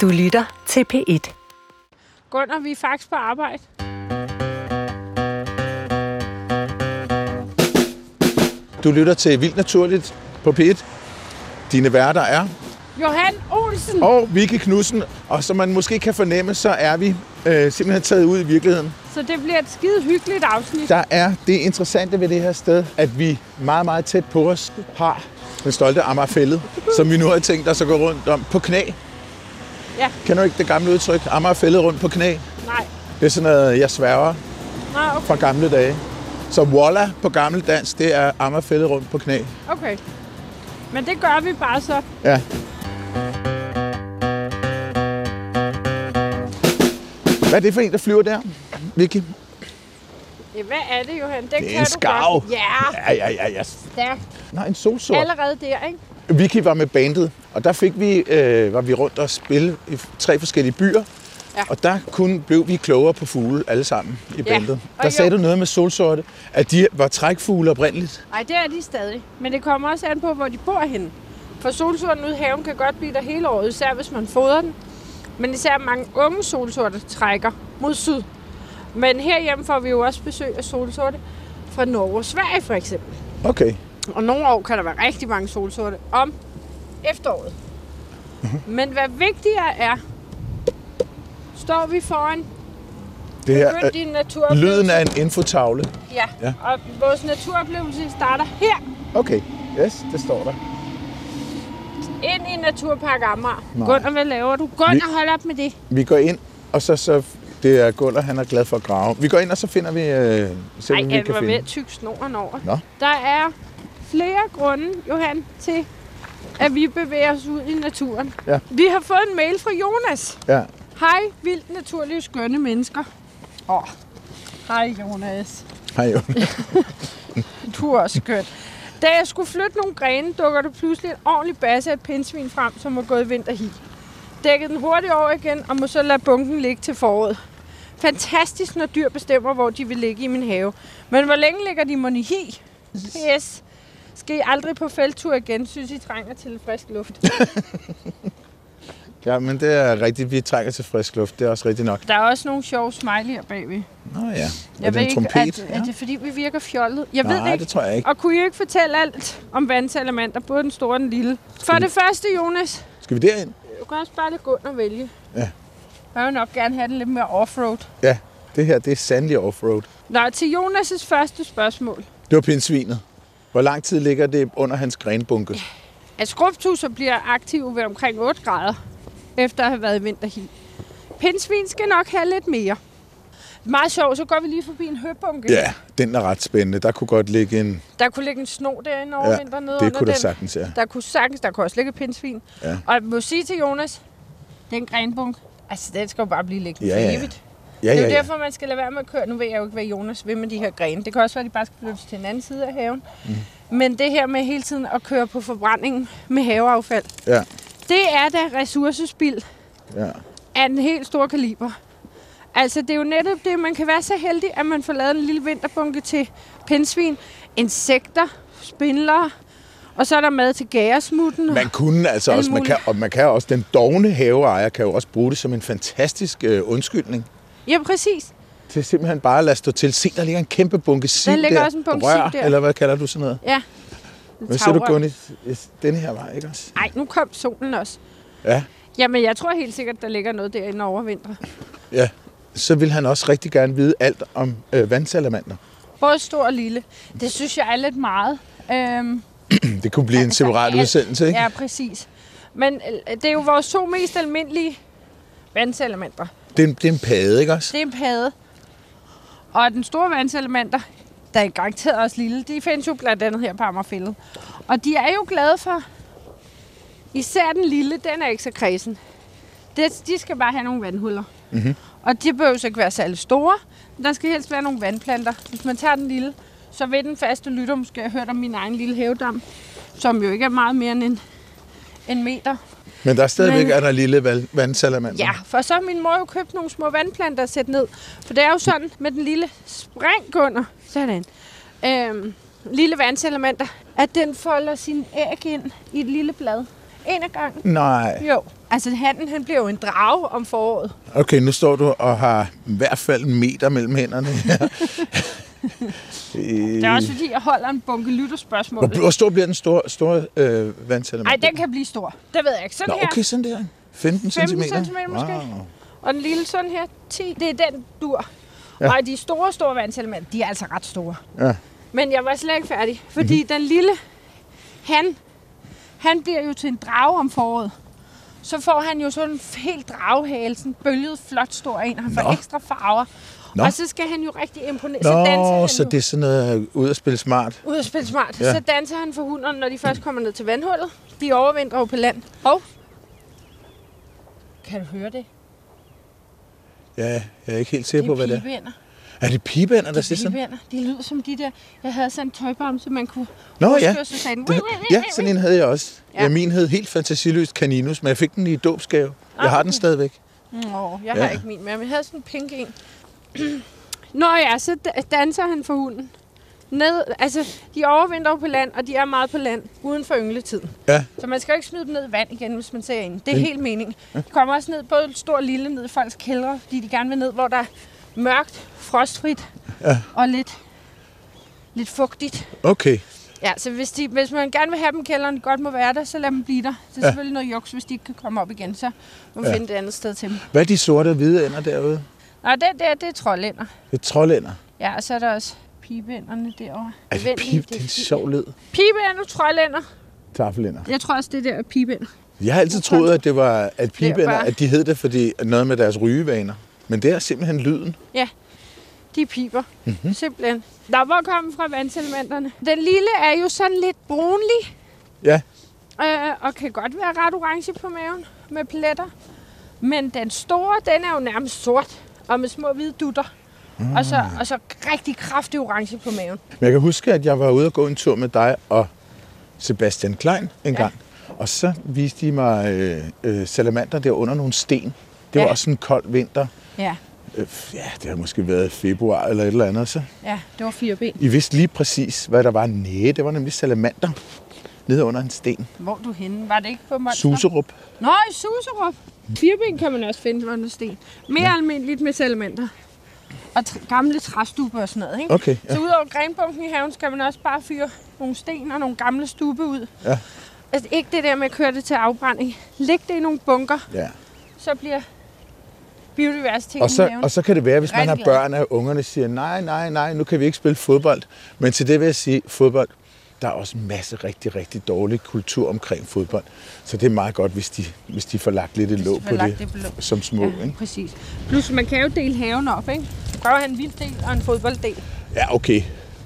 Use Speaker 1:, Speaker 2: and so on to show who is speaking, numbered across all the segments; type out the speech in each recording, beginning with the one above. Speaker 1: Du lytter til P1.
Speaker 2: Gunnar, vi er faktisk på arbejde.
Speaker 3: Du lytter til Vildt Naturligt på P1. Dine værter er
Speaker 2: Johan Olsen!
Speaker 3: og Vicky Knudsen. Og som man måske kan fornemme, så er vi øh, simpelthen taget ud i virkeligheden.
Speaker 2: Så det bliver et skide hyggeligt afsnit.
Speaker 3: Der er det interessante ved det her sted, at vi meget, meget tæt på os har den stolte Amagerfællet, som vi nu har tænkt os at gå rundt om på knæ.
Speaker 2: Ja.
Speaker 3: Kan du ikke det gamle udtryk? Amagerfællet rundt på knæ.
Speaker 2: Nej.
Speaker 3: Det er sådan noget, jeg sværger
Speaker 2: Nej, okay.
Speaker 3: fra gamle dage. Så Walla på gammeldansk, det er Amagerfællet rundt på knæ.
Speaker 2: okay. Men det gør vi bare så.
Speaker 3: Ja. Hvad er det for en, der flyver der, Vicky?
Speaker 2: Ja, hvad er det, Johan? Den
Speaker 3: Det
Speaker 2: kan
Speaker 3: er en
Speaker 2: du
Speaker 3: skarv.
Speaker 2: godt. Ja,
Speaker 3: Ja, ja, ja, ja.
Speaker 2: stærkt.
Speaker 3: Nej, en solsort.
Speaker 2: Allerede der, ikke?
Speaker 3: Vicky var med bandet, og der fik vi, øh, var vi rundt og spille i f- tre forskellige byer.
Speaker 2: Ja.
Speaker 3: Og der kun blev vi klogere på fugle alle sammen i bandet.
Speaker 2: og
Speaker 3: Der sagde
Speaker 2: jo.
Speaker 3: du noget med solsorte, at de var trækfugle oprindeligt.
Speaker 2: Nej, det er de stadig. Men det kommer også an på, hvor de bor henne. For solsorten ude i haven kan godt blive der hele året, især hvis man fodrer den. Men især mange unge solsorte trækker mod syd. Men herhjemme får vi jo også besøg af solsorte fra Norge og Sverige for eksempel.
Speaker 3: Okay.
Speaker 2: Og nogle år kan der være rigtig mange solsorte om efteråret.
Speaker 3: Mhm.
Speaker 2: Mm-hmm. Men hvad vigtigere er, står vi foran
Speaker 3: Det her
Speaker 2: begynd
Speaker 3: er
Speaker 2: din naturoplevelse.
Speaker 3: lyden af en infotavle.
Speaker 2: Ja.
Speaker 3: øh. Mm. Ja.
Speaker 2: ja, og vores naturoplevelse starter her,
Speaker 3: Okay, yes, det står der.
Speaker 2: ind i Naturpark Amager.
Speaker 3: Nej.
Speaker 2: Gunnar, hvad laver du? Gunnar, hold op med det.
Speaker 3: Vi går ind, og så, så det er Gunnar, han er glad for at grave. Vi går ind, og så finder vi, øh, ser,
Speaker 2: Nej,
Speaker 3: Ej, vi
Speaker 2: han
Speaker 3: kan
Speaker 2: var
Speaker 3: finde.
Speaker 2: ved at tykke snoren over.
Speaker 3: Nå.
Speaker 2: Der er flere grunde, Johan, til at vi bevæger os ud i naturen.
Speaker 3: Ja.
Speaker 2: Vi har fået en mail fra Jonas.
Speaker 3: Ja.
Speaker 2: Hej, vildt naturlige skønne mennesker. Åh, oh. hej Jonas.
Speaker 3: Hej, jo.
Speaker 2: Du er også skøn. Da jeg skulle flytte nogle grene, dukker der pludselig en ordentlig basse af et pindsvin frem, som var gået vinterhi. Dækkede den hurtigt over igen, og må så lade bunken ligge til foråret. Fantastisk, når dyr bestemmer, hvor de vil ligge i min have. Men hvor længe ligger de mon i hi? P.S. Skal I aldrig på felttur igen, synes I trænger til frisk luft.
Speaker 3: ja, men det er rigtigt. Vi trænger til frisk luft. Det er også rigtigt nok.
Speaker 2: Der er også nogle sjove smiley'er bagved.
Speaker 3: Nå ja. er
Speaker 2: Jeg
Speaker 3: det en trompet?
Speaker 2: at, er det fordi, vi virker fjollet? Jeg ved
Speaker 3: Nej,
Speaker 2: det ikke.
Speaker 3: det tror jeg ikke.
Speaker 2: Og kunne I ikke fortælle alt om vandsalamander, både den store og den lille? For
Speaker 3: vi-
Speaker 2: det første, Jonas,
Speaker 3: Skal vi derind?
Speaker 2: Du kan også bare lade gå og vælge.
Speaker 3: Ja.
Speaker 2: Jeg vil nok gerne have den lidt mere offroad.
Speaker 3: Ja, det her det er sandelig offroad.
Speaker 2: Nå, til Jonas' første spørgsmål.
Speaker 3: Det var pindsvinet. Hvor lang tid ligger det under hans grenbunke?
Speaker 2: At skrubtuser bliver aktive ved omkring 8 grader, efter at have været i vinterhi. Pindsvin skal nok have lidt mere. Meget sjovt, så går vi lige forbi en høbunke.
Speaker 3: Ja, den er ret spændende. Der kunne godt ligge en...
Speaker 2: Der kunne ligge en sno derinde over
Speaker 3: Ja,
Speaker 2: ja, vinteren nede
Speaker 3: det
Speaker 2: under
Speaker 3: kunne der
Speaker 2: den.
Speaker 3: sagtens, ja.
Speaker 2: Der kunne sagtens, der kunne også ligge et pindsvin.
Speaker 3: Ja.
Speaker 2: Og jeg må sige til Jonas, den grenbunk, altså den skal jo bare blive liggende
Speaker 3: Ja, ja,
Speaker 2: for
Speaker 3: ja.
Speaker 2: evigt.
Speaker 3: Ja,
Speaker 2: Det er
Speaker 3: ja,
Speaker 2: jo
Speaker 3: ja.
Speaker 2: derfor, man skal lade være med at køre. Nu ved jeg jo ikke, hvad Jonas vil med de her grene. Det kan også være, at de bare skal flyttes til den anden side af haven. Mm. Men det her med hele tiden at køre på forbrændingen med haveaffald,
Speaker 3: ja,
Speaker 2: det er da ressourcespild
Speaker 3: ja.
Speaker 2: af den helt store kaliber. Altså, det er jo netop det, man kan være så heldig, at man får lavet en lille vinterbunke til pindsvin, insekter, spindlere, og så er der mad til gæresmutten.
Speaker 3: Man kunne altså
Speaker 2: Alle
Speaker 3: også, man
Speaker 2: mulige.
Speaker 3: kan, og man kan også, den dogne haveejer kan jo også bruge det som en fantastisk øh, undskyldning.
Speaker 2: Ja, præcis.
Speaker 3: Det er simpelthen bare at lade stå til. Se, der ligger en kæmpe bunke siv
Speaker 2: Der ligger
Speaker 3: der.
Speaker 2: også en bunke
Speaker 3: Rør,
Speaker 2: sild der.
Speaker 3: eller hvad kalder du sådan noget?
Speaker 2: Ja.
Speaker 3: Hvad ser du
Speaker 2: Tagrør.
Speaker 3: kun i denne her vej, ikke også?
Speaker 2: Ej, nu kom solen også.
Speaker 3: Ja,
Speaker 2: Jamen, jeg tror helt sikkert, der ligger noget derinde over vinter.
Speaker 3: ja. Så vil han også rigtig gerne vide alt om øh, vandsalamander.
Speaker 2: Både stor og lille. Det synes jeg er lidt meget. Øhm,
Speaker 3: Det kunne blive en
Speaker 2: altså,
Speaker 3: separat
Speaker 2: alt-
Speaker 3: udsendelse, ikke?
Speaker 2: Ja, præcis. Men øh, det er jo vores to mest almindelige vandsalamander.
Speaker 3: Det er, en, det er en pade, ikke også?
Speaker 2: Det er en padde. Og den store vandsalamander, der er garanteret også lille, de findes jo blandt andet her på Amagerfællet. Og de er jo glade for, især den lille, den er ikke så kredsen. Det, de skal bare have nogle vandhuller. Mm-hmm. Og de behøver så ikke være særlig store. Men der skal helst være nogle vandplanter. Hvis man tager den lille, så vil den faste lytter måske have hørt om min egen lille havedam, som jo ikke er meget mere end en, en meter.
Speaker 3: Men der er stadigvæk
Speaker 2: Men-
Speaker 3: er der lille val- vandsalamander.
Speaker 2: Ja, for så har min mor jo købt nogle små vandplanter at sætte ned. For det er jo sådan, med den lille springgunder, sådan, øhm, lille vandsalamander, at den folder sine æg ind i et lille blad. en af gangen.
Speaker 3: Nej.
Speaker 2: Jo. Altså, handen, han bliver jo en drage om foråret.
Speaker 3: Okay, nu står du og har i hvert fald en meter mellem hænderne her. Øh,
Speaker 2: Det er også fordi, jeg holder en bunke lytterspørgsmål.
Speaker 3: Hvor, hvor stor bliver den store, store øh, vandtællermand?
Speaker 2: Nej, den kan blive stor. Det ved jeg ikke. Sådan
Speaker 3: Nå,
Speaker 2: her.
Speaker 3: okay, sådan der. 15,
Speaker 2: 15
Speaker 3: centimeter?
Speaker 2: centimeter måske.
Speaker 3: Wow.
Speaker 2: Og den lille sådan her, 10, det er den dur. Ja. Og de store, store vandselementer, de er altså ret store.
Speaker 3: Ja. Mhm.
Speaker 2: Men jeg var slet ikke færdig, fordi mm-hmm. den lille, han, han bliver jo til en drage om foråret. Så får han jo sådan en helt dragehale, sådan en bølget, flot stor en, og han får
Speaker 3: Nå.
Speaker 2: ekstra farver.
Speaker 3: Nå.
Speaker 2: Og så skal han jo rigtig imponere. så danser
Speaker 3: Nå,
Speaker 2: han
Speaker 3: så
Speaker 2: jo.
Speaker 3: det er sådan noget øh, ud at spille smart.
Speaker 2: Ud at spille smart.
Speaker 3: Ja.
Speaker 2: Ja. Så danser han for hunderne, når de først kommer ned til vandhullet. De overvintrer jo på land. Og... Kan du høre det?
Speaker 3: Ja, jeg er ikke helt sikker
Speaker 2: Det
Speaker 3: på,
Speaker 2: er
Speaker 3: hvad det er.
Speaker 2: pibeænder.
Speaker 3: Er det pibeænder, der
Speaker 2: Det er
Speaker 3: siger sådan?
Speaker 2: pibeænder. De lyder som de der... Jeg havde sådan en tøjbamse, man kunne
Speaker 3: Nå,
Speaker 2: huske,
Speaker 3: ja.
Speaker 2: og så sagde den...
Speaker 3: Det, ja, sådan en havde jeg også. Ja.
Speaker 2: Ja.
Speaker 3: Ja, min hed helt fantasiløst Caninus, men jeg fik den i dåbsgave.
Speaker 2: Ah,
Speaker 3: Jeg har den stadigvæk.
Speaker 2: Nå, jeg
Speaker 3: Ja.
Speaker 2: har ikke min mere, men jeg havde sådan en pink en. Nå ja, så da- danser han for hunden. Ned, altså, de overvinter jo på land, og de er meget på land, uden for yngletiden.
Speaker 3: Ja.
Speaker 2: Så man skal jo ikke smide dem ned i vand igen, hvis man ser en. Det er helt meningen. De kommer også ned, både stor og lille, ned i folks kældre, fordi de gerne vil ned, hvor der er mørkt, frostfrit
Speaker 3: Ja.
Speaker 2: og lidt, lidt fugtigt.
Speaker 3: Okay.
Speaker 2: Ja, så hvis, de, hvis man gerne vil have dem i kælderen, godt må være der, så lad dem blive der. Det er
Speaker 3: Ja.
Speaker 2: ja. selvfølgelig noget juks, hvis de ikke kan komme op igen, så må man
Speaker 3: Ja.
Speaker 2: ja. finde et andet sted til dem.
Speaker 3: Hvad er de sorte og hvide ender derude?
Speaker 2: Nå, den der, det er troldænder.
Speaker 3: Det er troldænder.
Speaker 2: Ja, og så er der også pibænderne derovre.
Speaker 3: Altså, pip, det er en sjov led.
Speaker 2: Pibænder, troldænder.
Speaker 3: Taffelænder.
Speaker 2: Jeg tror også, det der er pibænder.
Speaker 3: Jeg har altid troet, at det var, at
Speaker 2: Det er
Speaker 3: pibeænder,
Speaker 2: bare-
Speaker 3: at de hed det, fordi noget med deres rygevaner. Men det er simpelthen lyden.
Speaker 2: De piber.
Speaker 3: Mhm.
Speaker 2: Mm-hmm. Simpelthen. Der hvor kom fra vandselementerne? Den lille er jo sådan lidt brunlig,
Speaker 3: Ja,
Speaker 2: øh, og kan godt være ret orange på maven med pletter. Men den store, den er jo nærmest sort, og med små hvide dutter. Mm. Og, så, og så rigtig kraftig orange på maven.
Speaker 3: men jeg kan huske, at jeg var ude og gå en tur med dig og Sebastian Klein en
Speaker 2: Ja.
Speaker 3: gang. Og så viste de mig øh, øh, salamander der under nogle sten. Det var
Speaker 2: Ja.
Speaker 3: også en kold vinter.
Speaker 2: Ja,
Speaker 3: Øh, ja, det har måske været februar eller et eller andet. Så
Speaker 2: ja det var fire ben.
Speaker 3: I vidste lige præcis, hvad der var næge. Det var nemlig salamander nede under en sten.
Speaker 2: Hvor er du henne? Var det ikke på Monster?
Speaker 3: Suserup.
Speaker 2: Nå, i Suserup. Firben kan man også finde under sten. Mere ja. almindeligt med salamander. Og tr- gamle træstube og sådan noget, ikke?
Speaker 3: Okay, ja.
Speaker 2: Så udover grenbunken i haven, skal man også bare fyre nogle sten og nogle gamle stube ud.
Speaker 3: Ja.
Speaker 2: Altså ikke det der med at køre det til afbrænding. Læg det i nogle bunker,
Speaker 3: Ja.
Speaker 2: så bliver biodiversiteten
Speaker 3: Og
Speaker 2: i
Speaker 3: så,
Speaker 2: haven.
Speaker 3: og så kan det være, hvis man har
Speaker 2: Rigtig glad.
Speaker 3: børn, at ungerne siger, nej, nej, nej, nu kan vi ikke spille fodbold. Men til det vil jeg sige, fodbold, der er også en masse rigtig, rigtig dårlig kultur omkring fodbold. Så det er meget godt, hvis de, hvis de får lagt lidt et
Speaker 2: de
Speaker 3: låg
Speaker 2: får
Speaker 3: på
Speaker 2: lagt
Speaker 3: det,
Speaker 2: det på låg.
Speaker 3: som små. Ja. Ikke?
Speaker 2: præcis. Plus man kan jo dele haven op, ikke? Prøver han en vilddel og en fodbolddel.
Speaker 3: ja, okay,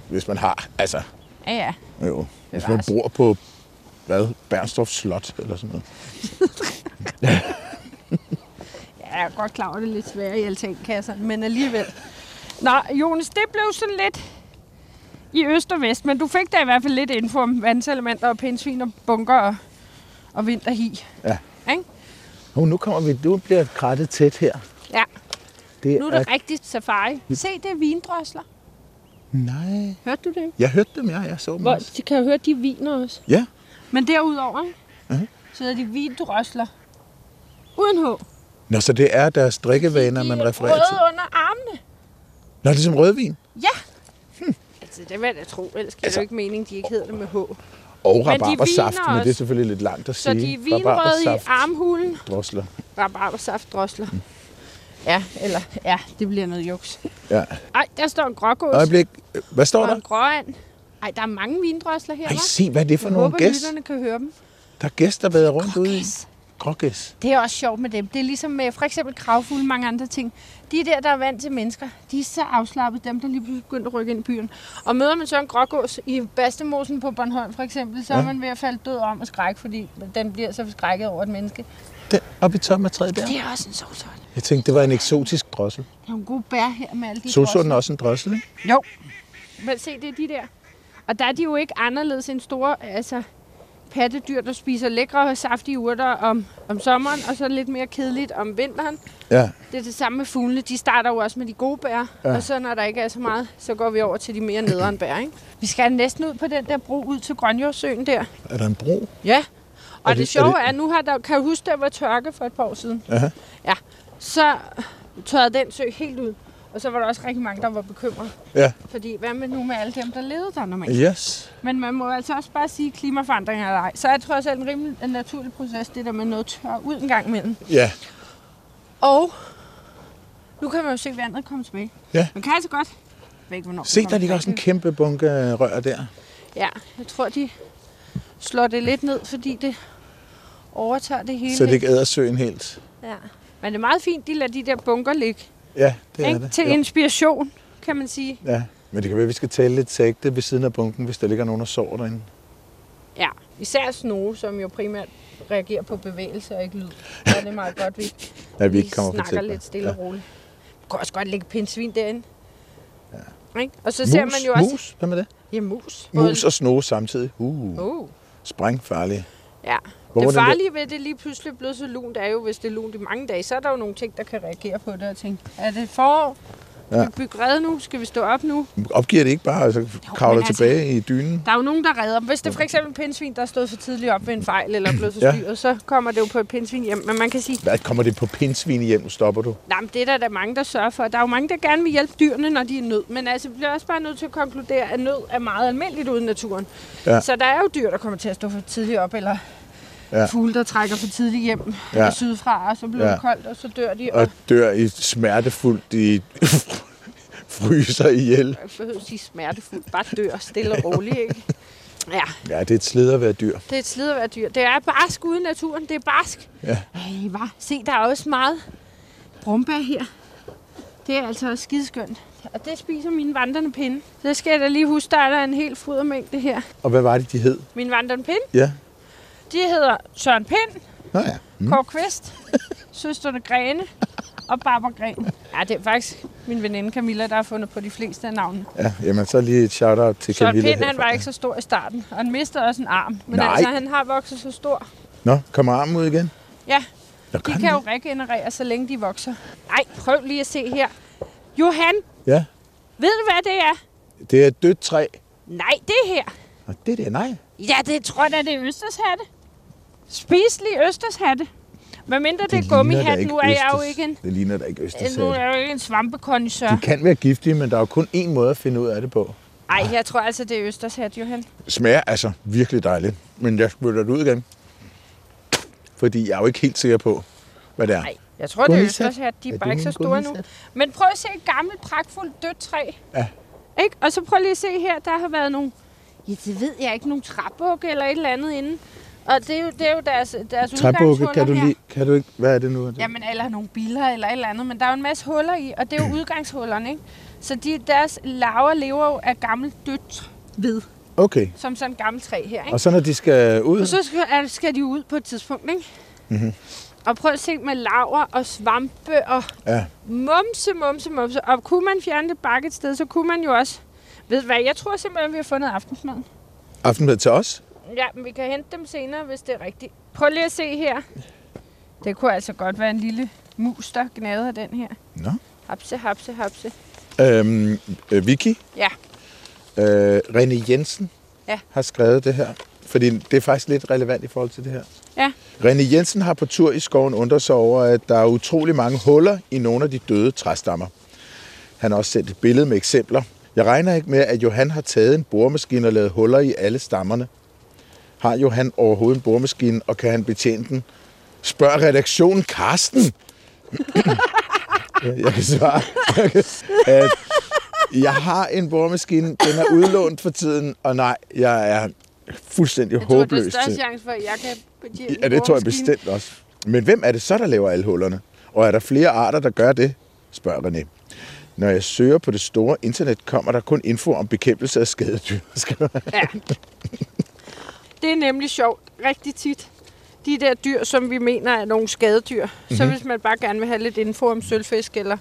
Speaker 3: hvis man har, altså,
Speaker 2: Ja, ja.
Speaker 3: jo, hvis man
Speaker 2: Bevares.
Speaker 3: bor på, hvad, Bernstorff Slot eller sådan noget.
Speaker 2: Ja, jeg er godt klar over, det er lidt svært i altankasserne, men alligevel. Nå, Jonas, det blev sådan lidt i øst og vest, men du fik da i hvert fald lidt info om vandselementer og pindsvin og bunker og, og vinterhi.
Speaker 3: Ja.
Speaker 2: Ikke?
Speaker 3: Oh, nu kommer vi, nu bliver krattet tæt her.
Speaker 2: Ja,
Speaker 3: Det
Speaker 2: nu er det rigtigt safari. Se, det er vindrøsler.
Speaker 3: Nej.
Speaker 2: Hørte du det?
Speaker 3: Jeg hørte dem, ja, jeg så dem
Speaker 2: Hvor,
Speaker 3: også.
Speaker 2: de kan jo høre, de viner også.
Speaker 3: Ja,
Speaker 2: Men derudover, ikke?
Speaker 3: Mhm.
Speaker 2: så er de vindrøsler. Uden hår.
Speaker 3: Nå, så det er deres drikkevaner,
Speaker 2: De
Speaker 3: man
Speaker 2: er
Speaker 3: refererer til.
Speaker 2: røde under armene.
Speaker 3: Nå, ligesom rødvin.
Speaker 2: Ja. Altså, det vil jeg da tro. Ellers giver
Speaker 3: Altså-
Speaker 2: altså, det jo ikke mening, de ikke hedder det med H.
Speaker 3: Og
Speaker 2: Men de
Speaker 3: rabarbersaft, men,
Speaker 2: viner
Speaker 3: det er
Speaker 2: også.
Speaker 3: selvfølgelig lidt langt at
Speaker 2: Så
Speaker 3: sige.
Speaker 2: de er vinrøde i armhulen.
Speaker 3: drosler.
Speaker 2: Rabarbersaft drosler.
Speaker 3: Mm.
Speaker 2: Ja, eller ja, det bliver noget juks.
Speaker 3: Ja.
Speaker 2: Ej, der står en grågås
Speaker 3: Øjeblik. Hvad står
Speaker 2: og
Speaker 3: der?
Speaker 2: en gråand. Ej, der er mange vindrøsler her,
Speaker 3: Ej,
Speaker 2: hva'?
Speaker 3: se, hvad er det for
Speaker 2: Jeg
Speaker 3: nogle
Speaker 2: håber,
Speaker 3: gæs?
Speaker 2: lytterne kan høre dem.
Speaker 3: Der er gæs, der vader rundt ude i.
Speaker 2: Grågæs.
Speaker 3: Grågæs.
Speaker 2: Det er også sjovt med dem. Det er ligesom med for eksempel kravfugle og mange andre ting. De der, der er vant til mennesker, de er så afslappet, dem der lige pludselig begyndte at rykke ind i byen. Og møder man så en grågås i Bastemosen på Bornholm for eksempel, så er man ved at falde død om og skrække, fordi den bliver så forskrækket over et menneske.
Speaker 3: Den oppe i toppen af træet der.
Speaker 2: Det er også en solsort.
Speaker 3: Jeg tænkte, det var en eksotisk drossel.
Speaker 2: Der er nogle gode bær her med alle de
Speaker 3: Solsorten
Speaker 2: drosler.
Speaker 3: er også en drossel, ikke?
Speaker 2: Jo. Men se, det er de der. Og der er de jo ikke anderledes end store altså, pattedyr, der spiser lækre, saftige urter om, om sommeren, og så lidt mere kedeligt om vinteren.
Speaker 3: Ja.
Speaker 2: Det er det samme med fuglene. De starter jo også med de gode bær, ja. og så når der ikke er så meget, så går vi over til de mere nederen bær. Ikke? Vi skal næsten ud på den der bro ud til Grønjordsøen der.
Speaker 3: Er der en bro?
Speaker 2: Ja. Og
Speaker 3: Er
Speaker 2: det,
Speaker 3: det-
Speaker 2: det
Speaker 3: er
Speaker 2: sjove
Speaker 3: det-
Speaker 2: er, at nu har der, kan jeg huske, der var tørke for et par år siden.
Speaker 3: Aha.
Speaker 2: Ja, så tørrede den sø helt ud. Og så var der også rigtig mange, der var bekymrede.
Speaker 3: Ja.
Speaker 2: Fordi hvad med nu med alle dem, der levede der normalt?
Speaker 3: Yes.
Speaker 2: Men man må altså også bare sige klimaforandringer eller ej. Så er det trods alt en rimelig en naturlig proces, det der med noget tør ud en gang imellem.
Speaker 3: Ja.
Speaker 2: Og nu kan man jo se vandet komme tilbage.
Speaker 3: Ja.
Speaker 2: Man kan altså godt. Jeg ved ikke, hvornår
Speaker 3: Se,
Speaker 2: det
Speaker 3: der
Speaker 2: kommer
Speaker 3: ligger også en
Speaker 2: tilbage.
Speaker 3: kæmpe bunke af rør der.
Speaker 2: Ja, jeg tror, de slår det lidt ned, fordi det overtager det hele.
Speaker 3: Så det ikke æder søen helt.
Speaker 2: Ja. Men det er meget fint, de lader de der bunker ligge.
Speaker 3: Ja, det er
Speaker 2: ikke?
Speaker 3: det.
Speaker 2: Til
Speaker 3: Jo.
Speaker 2: inspiration, kan man sige.
Speaker 3: Ja, men det kan være, at vi skal tale lidt sægte ved siden af bunken, hvis der ligger nogen, der sover derinde.
Speaker 2: Ja, især snoge, som jo primært reagerer på bevægelse og ikke lyd. Så er det meget godt, vi
Speaker 3: Ja, vi
Speaker 2: lige
Speaker 3: ikke kommer på
Speaker 2: snakker lidt stille og roligt. Du kan også godt lægge pindsvin derinde. Ja. Ikke? Og så
Speaker 3: mus,
Speaker 2: ser man jo også...
Speaker 3: Mus, hvad med det?
Speaker 2: Ja, mus.
Speaker 3: Mus og snoge samtidig. Uh,
Speaker 2: Oh.
Speaker 3: sprængfarlige.
Speaker 2: Ja.
Speaker 3: Hvor var
Speaker 2: det
Speaker 3: den der-
Speaker 2: farlige ved, at det lige pludselig er blevet så lunt, er jo, hvis det er lunt i mange dage, så er der jo nogle ting, der kan reagere på det og tænke, er det forår? Skal
Speaker 3: Ja.
Speaker 2: vi bygge rede nu? Skal vi stå op nu?
Speaker 3: Opgiver det ikke bare, og så kravler
Speaker 2: men altså-
Speaker 3: tilbage i dynen?
Speaker 2: Der er jo nogen, der redder dem. Hvis det er for eksempel en pindsvin, der er stået for tidligt op ved en fejl eller er blevet
Speaker 3: Ja.
Speaker 2: forstyrret, ja. så kommer det jo på et pindsvin hjem. Men man kan sige,
Speaker 3: Hvad kommer det på pindsvin hjem? Nu stopper du.
Speaker 2: Nej, men det er der, der er mange, der sørger for. Der er jo mange, der gerne vil hjælpe dyrene, når de er i nød. Men altså, vi bliver også bare nødt til at konkludere, at nød er meget almindeligt ude i naturen.
Speaker 3: Ja.
Speaker 2: Så der er jo dyr, der kommer til at stå for tidligt op, eller ja.
Speaker 3: Ja.
Speaker 2: fugle, der trækker for tidligt hjem ja.
Speaker 3: Ja.
Speaker 2: sydfra, og så bliver ja.
Speaker 3: Ja.
Speaker 2: det koldt, og så dør de. Og,
Speaker 3: Og dør i smertefuldt i fryser ihjel.
Speaker 2: jeg behøver at sige smertefuldt, bare dør stille og roligt, ikke? Ja,
Speaker 3: Ja, det er et slid at være dyr.
Speaker 2: det er et slid at være dyr. Det er barsk ude i naturen, det er barsk.
Speaker 3: Ja.
Speaker 2: Ej, hva? Se, der er også meget brumbær her. Det er altså også skideskønt. Og det spiser min vandrende pinde. Så skal jeg da lige huske, der er der en hel fodermængde her.
Speaker 3: Og hvad var det, de hed?
Speaker 2: Min vandrende pinde,
Speaker 3: Ja.
Speaker 2: de hedder Søren Pind,
Speaker 3: Nå ja.
Speaker 2: mm. Kåre Kvist, Søsterne Grene og Barbara Gren. Ja, det er faktisk min veninde Camilla, der har fundet på de fleste af navnene.
Speaker 3: ja. Jamen, så lige et shout-out til
Speaker 2: Søren
Speaker 3: Camilla.
Speaker 2: Pind, han
Speaker 3: herfra.
Speaker 2: var ikke så stor i starten, og han mistede også en arm. Men
Speaker 3: Nej.
Speaker 2: altså, han har vokset så stor.
Speaker 3: Nå, kommer armen ud igen?
Speaker 2: Ja,
Speaker 3: Nå,
Speaker 2: de
Speaker 3: gør
Speaker 2: kan
Speaker 3: den
Speaker 2: jo regenerere, så længe de vokser. Nej, prøv lige at se her. Johan,
Speaker 3: det? Ja,
Speaker 2: ved du, hvad det er?
Speaker 3: det er et dødt træ.
Speaker 2: Nej, det her.
Speaker 3: Og det der, nej.
Speaker 2: Ja, det tror jeg da, det er Østershatte. Spiselig Østershatte. Hvad mindre det, er
Speaker 3: ligner da
Speaker 2: gummihat,
Speaker 3: ikke
Speaker 2: nu er jeg jo
Speaker 3: østers-
Speaker 2: ikke en,
Speaker 3: Det ligner da ikke
Speaker 2: nu er
Speaker 3: Østersat.
Speaker 2: jeg jo ikke en svampekondisør.
Speaker 3: De kan være giftige, men der er jo kun én måde at finde ud af det på.
Speaker 2: Nej, jeg tror altså, det er Østershat, Johan.
Speaker 3: Smager altså virkelig dejligt, men jeg spytter det ud igen. Fordi jeg er jo ikke helt sikker på, hvad det er.
Speaker 2: Nej, jeg tror, det er
Speaker 3: Gummisæt.
Speaker 2: Østershat. De er
Speaker 3: Er
Speaker 2: bare
Speaker 3: du
Speaker 2: ikke så
Speaker 3: en
Speaker 2: store nu. Men prøv at se et gammelt, pragtfuldt dødt træ.
Speaker 3: Ja.
Speaker 2: Ikke? Og så prøv lige at se her, der har været nogle... Ja, det ved jeg ikke, nogle træbukke eller et eller andet inde. Og det er jo, det er jo deres, deres
Speaker 3: Træbukke,
Speaker 2: udgangshuller
Speaker 3: kan du
Speaker 2: her.
Speaker 3: lige, kan du ikke, hvad er det nu?
Speaker 2: Jamen, eller nogle biler eller et eller andet, men der er jo en masse huller i, og det er jo udgangshullerne, ikke? Så de, deres laver lever jo af gammelt dødt ved,
Speaker 3: Okay,
Speaker 2: som sådan et gammelt træ her, ikke?
Speaker 3: og Mhm. så når de skal ud,
Speaker 2: Og så skal, er- skal de ud på et tidspunkt, ikke? Mm-hmm. Og prøv at se med laver og svampe og
Speaker 3: ja,
Speaker 2: mumse, mumse, mumse. Og kunne man fjerne det bakke et sted, så kunne man jo også... Ved du hvad, jeg tror simpelthen, vi har fundet aftensmaden.
Speaker 3: aftenmad til os.
Speaker 2: Ja, men vi kan hente dem senere, hvis det er rigtigt. Prøv lige at se her. Det kunne altså godt være en lille mus, der gnavede af den her.
Speaker 3: Nå.
Speaker 2: Hapse, hapse, hapse.
Speaker 3: Øhm, øh, Vicky,
Speaker 2: Ja,
Speaker 3: øh, René Jensen
Speaker 2: Ja.
Speaker 3: har skrevet det her, fordi det er faktisk lidt relevant i forhold til det her.
Speaker 2: ja.
Speaker 3: René Jensen har på tur i skoven undret sig over, at der er utrolig mange huller i nogle af de døde træstammer. Han har også sendt et billede med eksempler. Jeg regner ikke med, at Johan har taget en boremaskine og lavet huller i alle stammerne. Har Johan overhovedet en boremaskine, og kan han betjene den? Spørg redaktionen Karsten. jeg kan svare, at jeg har en boremaskine. Den er udlånt for tiden, og nej, jeg er fuldstændig
Speaker 2: Jeg tror, det
Speaker 3: håbløs
Speaker 2: er
Speaker 3: til.
Speaker 2: større chance for, at jeg kan betjene
Speaker 3: Ja, det tror jeg
Speaker 2: boremaskinen.
Speaker 3: bestemt også. Men hvem er det så, der laver alle hullerne? Og er der flere arter, der gør det? spørger René. Når jeg søger på det store internet, kommer der kun info om bekæmpelse af skadedyr. skriver han.
Speaker 2: Ja. Det er nemlig sjovt rigtig tit. De der dyr, som vi mener er nogle skadedyr. Mm-hmm.
Speaker 3: Mhm.
Speaker 2: Så hvis man bare gerne vil have lidt info om sølvfisk eller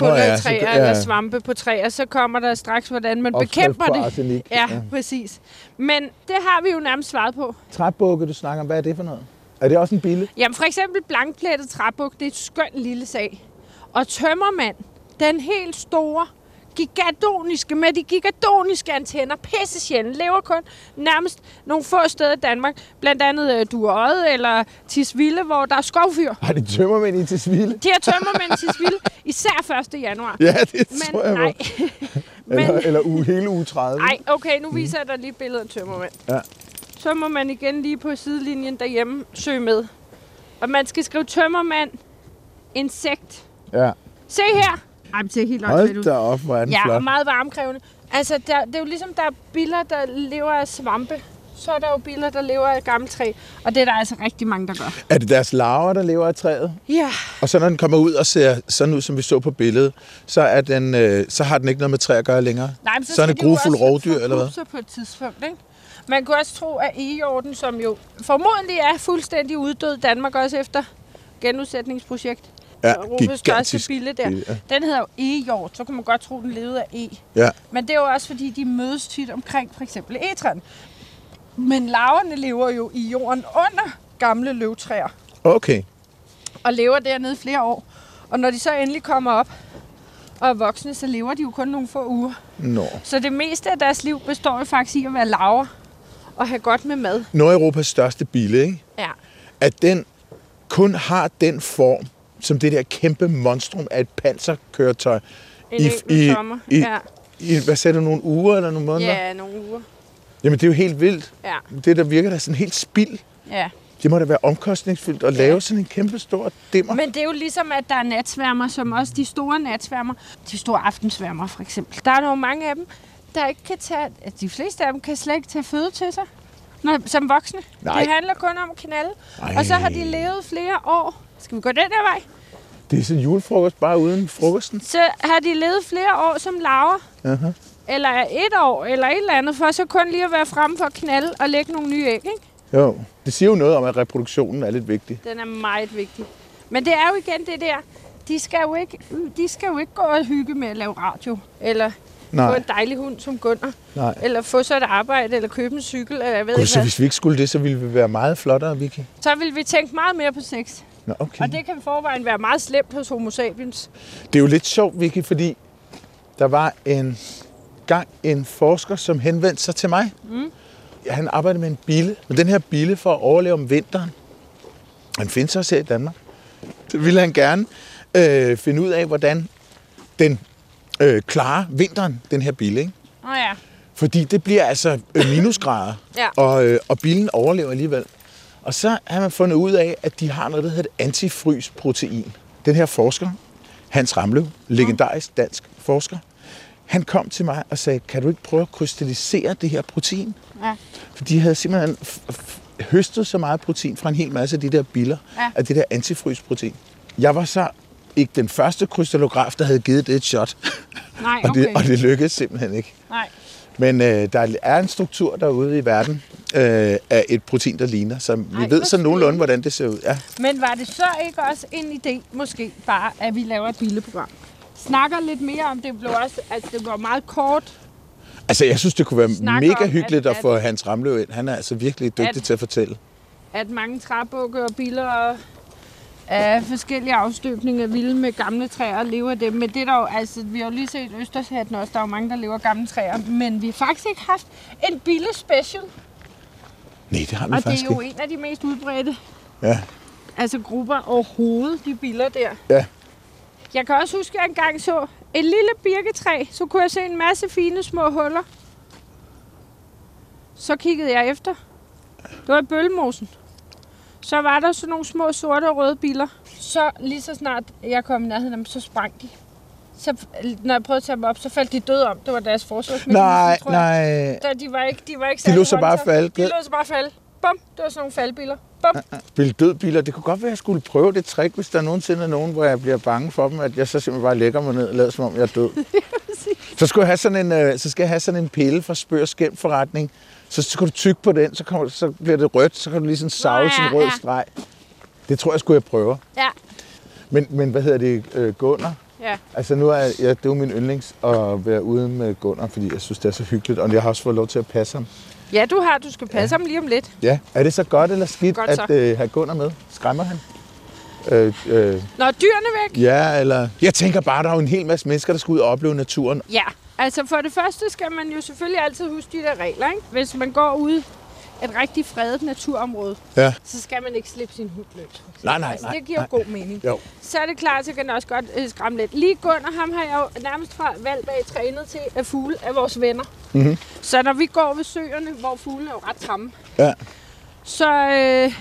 Speaker 3: Nå
Speaker 2: huller
Speaker 3: ja,
Speaker 2: i
Speaker 3: så
Speaker 2: træer
Speaker 3: det-
Speaker 2: ja.
Speaker 3: ja.
Speaker 2: eller svampe på træer, så kommer der straks, hvordan man
Speaker 3: Opskrift
Speaker 2: bekæmper
Speaker 3: på
Speaker 2: det.
Speaker 3: arsenik.
Speaker 2: Ja,
Speaker 3: Ja.
Speaker 2: præcis. Men det har vi jo nærmest svaret på.
Speaker 3: Træbukke, du snakker om, hvad er det for noget? Er det også en bille?
Speaker 2: Jamen for eksempel blankplettet træbuk, det er et skønt lille sag. Og tømmermand, den helt store gigadoniske, med de gigadoniske antenner, pisse sjældent, lever kun nærmest nogle få steder i Danmark, blandt andet øh, Duerøde eller Tisvilde, hvor der er skovfyr.
Speaker 3: Har de tømmermænd i til svile?
Speaker 2: De her tømmermænd til Tisvilde, især 1. januar.
Speaker 3: Ja, det
Speaker 2: Men
Speaker 3: tror jeg.
Speaker 2: nej,
Speaker 3: var. Eller,
Speaker 2: men-
Speaker 3: eller uge, hele uge 30.
Speaker 2: nej, okay, nu viser jeg dig lige billedet af tømmermænd.
Speaker 3: Ja.
Speaker 2: Så må man igen lige på sidelinjen derhjemme søge med. Og man skal skrive tømmermand, insekt.
Speaker 3: Ja.
Speaker 2: Se her! Ej, men det ser helt åndssvagt ud.
Speaker 3: Hold da op, hvor er den
Speaker 2: Ja,
Speaker 3: flot.
Speaker 2: og meget varmekrævende. Altså, der, det er jo ligesom, der er biller, der lever af svampe. Så er der jo biller, der lever af gamle træ. Og det er der altså rigtig mange, der gør.
Speaker 3: Er det deres larver, der lever af træet?
Speaker 2: Ja,
Speaker 3: Og så når den kommer ud og ser sådan ud, som vi så på billedet, så, er den, øh, så har den ikke noget med træ at gøre længere.
Speaker 2: Nej, men
Speaker 3: så er
Speaker 2: skal
Speaker 3: den
Speaker 2: de jo
Speaker 3: grufuld
Speaker 2: også
Speaker 3: rovdyr,
Speaker 2: forpupse
Speaker 3: eller hvad?
Speaker 2: på et tidspunkt, ikke? Man kunne også tro, at egehjorten, som jo formodentlig er fuldstændig uddød i Danmark, også efter genudsætningsprojekt,
Speaker 3: Ja,
Speaker 2: Europas største
Speaker 3: gigantisk
Speaker 2: bille der,
Speaker 3: bille,
Speaker 2: den hedder jo egehjort, så kunne man godt tro, den levede af e.
Speaker 3: Ja,
Speaker 2: Men det er jo også, fordi de mødes tit omkring for eksempel etræen. Men larverne lever jo i jorden under gamle løvtræer,
Speaker 3: okay.
Speaker 2: og lever dernede i flere år. Og når de så endelig kommer op og er voksne, så lever de jo kun nogle få uger.
Speaker 3: Nå.
Speaker 2: Så det meste af deres liv består jo faktisk i at være laver og have godt med mad.
Speaker 3: Nordeuropas største bille, ikke?
Speaker 2: Ja.
Speaker 3: At den kun har den form, som det der kæmpe monstrum af et panserkøretøj.
Speaker 2: En enkelt sommer,
Speaker 3: i,
Speaker 2: ja.
Speaker 3: i, hvad sagde du, nogle uger eller nogle måneder?
Speaker 2: Ja, nogle uger.
Speaker 3: Jamen, det er jo helt vildt.
Speaker 2: Ja.
Speaker 3: Det, der virker da sådan helt spild.
Speaker 2: ja.
Speaker 3: Det må da være omkostningsfyldt at lave sådan en kæmpe stor dimmer.
Speaker 2: Men det er jo ligesom, at der er natsværmer, som også de store natsværmer, de store aftensværmer for eksempel. Der er jo mange af dem, der ikke kan tage, at de fleste af dem kan slet ikke tage føde til sig, når, som voksne.
Speaker 3: Nej.
Speaker 2: Det handler kun om at knalde.
Speaker 3: Ej.
Speaker 2: Og så har de levet flere år. Skal vi gå den der vej?
Speaker 3: Det er sådan en julefrokost bare uden frokosten.
Speaker 2: Så har de levet flere år som laver,
Speaker 3: Aha.
Speaker 2: eller et år, eller et eller andet, for så kun lige at være fremme for at knalde og lægge nogle nye æg, ikke?
Speaker 3: Jo, det siger jo noget om, at reproduktionen er lidt vigtig.
Speaker 2: Den er meget vigtig. Men det er jo igen det der, de skal jo ikke, de skal jo ikke gå og hygge med at lave radio, eller
Speaker 3: Nej.
Speaker 2: få en dejlig hund som Gunnar,
Speaker 3: Nej. eller
Speaker 2: eller få sig et arbejde, eller købe en cykel, eller jeg ved
Speaker 3: Gud,
Speaker 2: ikke
Speaker 3: så
Speaker 2: hvad.
Speaker 3: hvis vi ikke skulle det, så ville vi være meget flottere, Vicky.
Speaker 2: Så vil vi tænke meget mere på sex.
Speaker 3: Nå, okay.
Speaker 2: Og det kan i forvejen være meget slemt hos homo sapiens.
Speaker 3: det er jo lidt sjovt, Vicky, fordi der var en gang en forsker, som henvendte sig til mig. Mm. Han arbejdede med en bille, men den her bille for at overleve om vinteren. Han findes også her i Danmark. Så ville han gerne øh, finde ud af, hvordan den øh, klarer vinteren, den her bille. Ikke?
Speaker 2: Nå ja.
Speaker 3: Fordi det bliver altså øh, minusgrader,
Speaker 2: Ja.
Speaker 3: og, øh, og bilen overlever alligevel. Og så har man fundet ud af, at de har noget, der hedder et antifrysprotein. Den her forsker, Hans Ramlev, legendarisk dansk forsker, han kom til mig og sagde, kan du ikke prøve at krystallisere det her protein?
Speaker 2: ja.
Speaker 3: For de havde simpelthen f- f- høstet så meget protein fra en hel masse af de der biller,
Speaker 2: Ja.
Speaker 3: af det der antifrysprotein. Jeg var så ikke den første krystallograf, der havde givet det et shot.
Speaker 2: Nej,
Speaker 3: og, det,
Speaker 2: okay.
Speaker 3: og det lykkedes simpelthen ikke.
Speaker 2: Nej.
Speaker 3: Men øh, der er en struktur derude i verden øh, af et protein, der ligner, så vi
Speaker 2: Ej,
Speaker 3: ved
Speaker 2: hvor
Speaker 3: så nogenlunde,
Speaker 2: spændende.
Speaker 3: hvordan det ser ud. Ja.
Speaker 2: Men var det så ikke også en idé, måske bare, at vi laver et billeprogram? Snakker lidt mere om det, blev også, altså det var meget kort.
Speaker 3: Altså, jeg synes, det kunne være
Speaker 2: Snak
Speaker 3: mega
Speaker 2: om,
Speaker 3: hyggeligt at,
Speaker 2: at-
Speaker 3: få Hans Ramløv ind. Han er altså virkelig dygtig
Speaker 2: At-
Speaker 3: til at fortælle.
Speaker 2: at mange træbukke og biller og af forskellige afstøbninger er vilde med gamle træer og lever af dem. Men det er der jo, altså, vi har jo lige set Østershatten også, der er jo mange, der lever af gamle træer. Men vi har faktisk ikke haft en bille special,
Speaker 3: Nej, det har vi
Speaker 2: og det
Speaker 3: faktisk
Speaker 2: er jo
Speaker 3: ikke.
Speaker 2: en af de mest udbredte
Speaker 3: Ja.
Speaker 2: altså, grupper overhovedet, de biller der.
Speaker 3: ja.
Speaker 2: Jeg kan også huske, at jeg engang så et lille birketræ, så kunne jeg se en masse fine små huller. Så kiggede jeg efter. Det var i bøllemosen. Så var der sådan nogle små sorte og røde biler. Så lige så snart jeg kom i nærheden af dem, så sprang de. Så, når jeg prøvede at tage dem op, så faldt de døde om. Det var deres forsvarsmekanisme,
Speaker 3: Nej,
Speaker 2: tror jeg.
Speaker 3: nej.
Speaker 2: Da de var ikke, de var ikke
Speaker 3: De lå
Speaker 2: særlig
Speaker 3: så bare
Speaker 2: voldsomme.
Speaker 3: falde.
Speaker 2: De lå så bare falde. Bum, det var sådan nogle faldbiler. Bum.
Speaker 3: Spille dødbiler, det kunne godt være, at jeg skulle prøve det trick, hvis der nogensinde er nogen, hvor jeg bliver bange for dem, at jeg så simpelthen bare lægger mig ned og lader, som om jeg er død. så, skulle jeg have sådan en, øh, så skal jeg have sådan en pille fra spør og skæmt forretning. Så skal du tykke på den, så, kommer, så bliver det rødt, så kan du lige sådan savle
Speaker 2: Nå,
Speaker 3: sådan en
Speaker 2: ja,
Speaker 3: rød
Speaker 2: ja.
Speaker 3: streg. Det tror jeg skulle jeg prøve.
Speaker 2: Ja.
Speaker 3: Men, men hvad hedder det, øh, Gunnar?
Speaker 2: ja.
Speaker 3: Altså nu er jeg, ja, det er jo min yndlings at være ude med Gunnar, fordi jeg synes, det er så hyggeligt, og jeg har også fået lov til at passe ham.
Speaker 2: Ja, du har. Du skal passe ja. ham lige om lidt.
Speaker 3: Ja. Er det så godt eller skidt
Speaker 2: Godt så.
Speaker 3: at øh, have Gunnar med? Skræmmer han? Øh, øh,
Speaker 2: Når dyrene er væk?
Speaker 3: ja, eller... Jeg tænker bare, der er jo en hel masse mennesker, der skal ud og opleve naturen.
Speaker 2: Ja, altså for det første skal man jo selvfølgelig altid huske de der regler, ikke? Hvis man går ud et rigtig fredet naturområde,
Speaker 3: Ja.
Speaker 2: så skal man ikke slippe sin hund løs.
Speaker 3: Nej, nej,
Speaker 2: altså,
Speaker 3: nej,
Speaker 2: det giver
Speaker 3: nej.
Speaker 2: god mening.
Speaker 3: Jo.
Speaker 2: Så er det klart, så kan den også godt øh, skræmme lidt. Lige Gunnar, ham har jeg jo nærmest fra valg bag trænet til at fugle af vores venner. Mm-hmm.
Speaker 3: Mhm.
Speaker 2: Så når vi går ved søerne, hvor fuglene er jo ret tamme,
Speaker 3: Ja.
Speaker 2: så øh,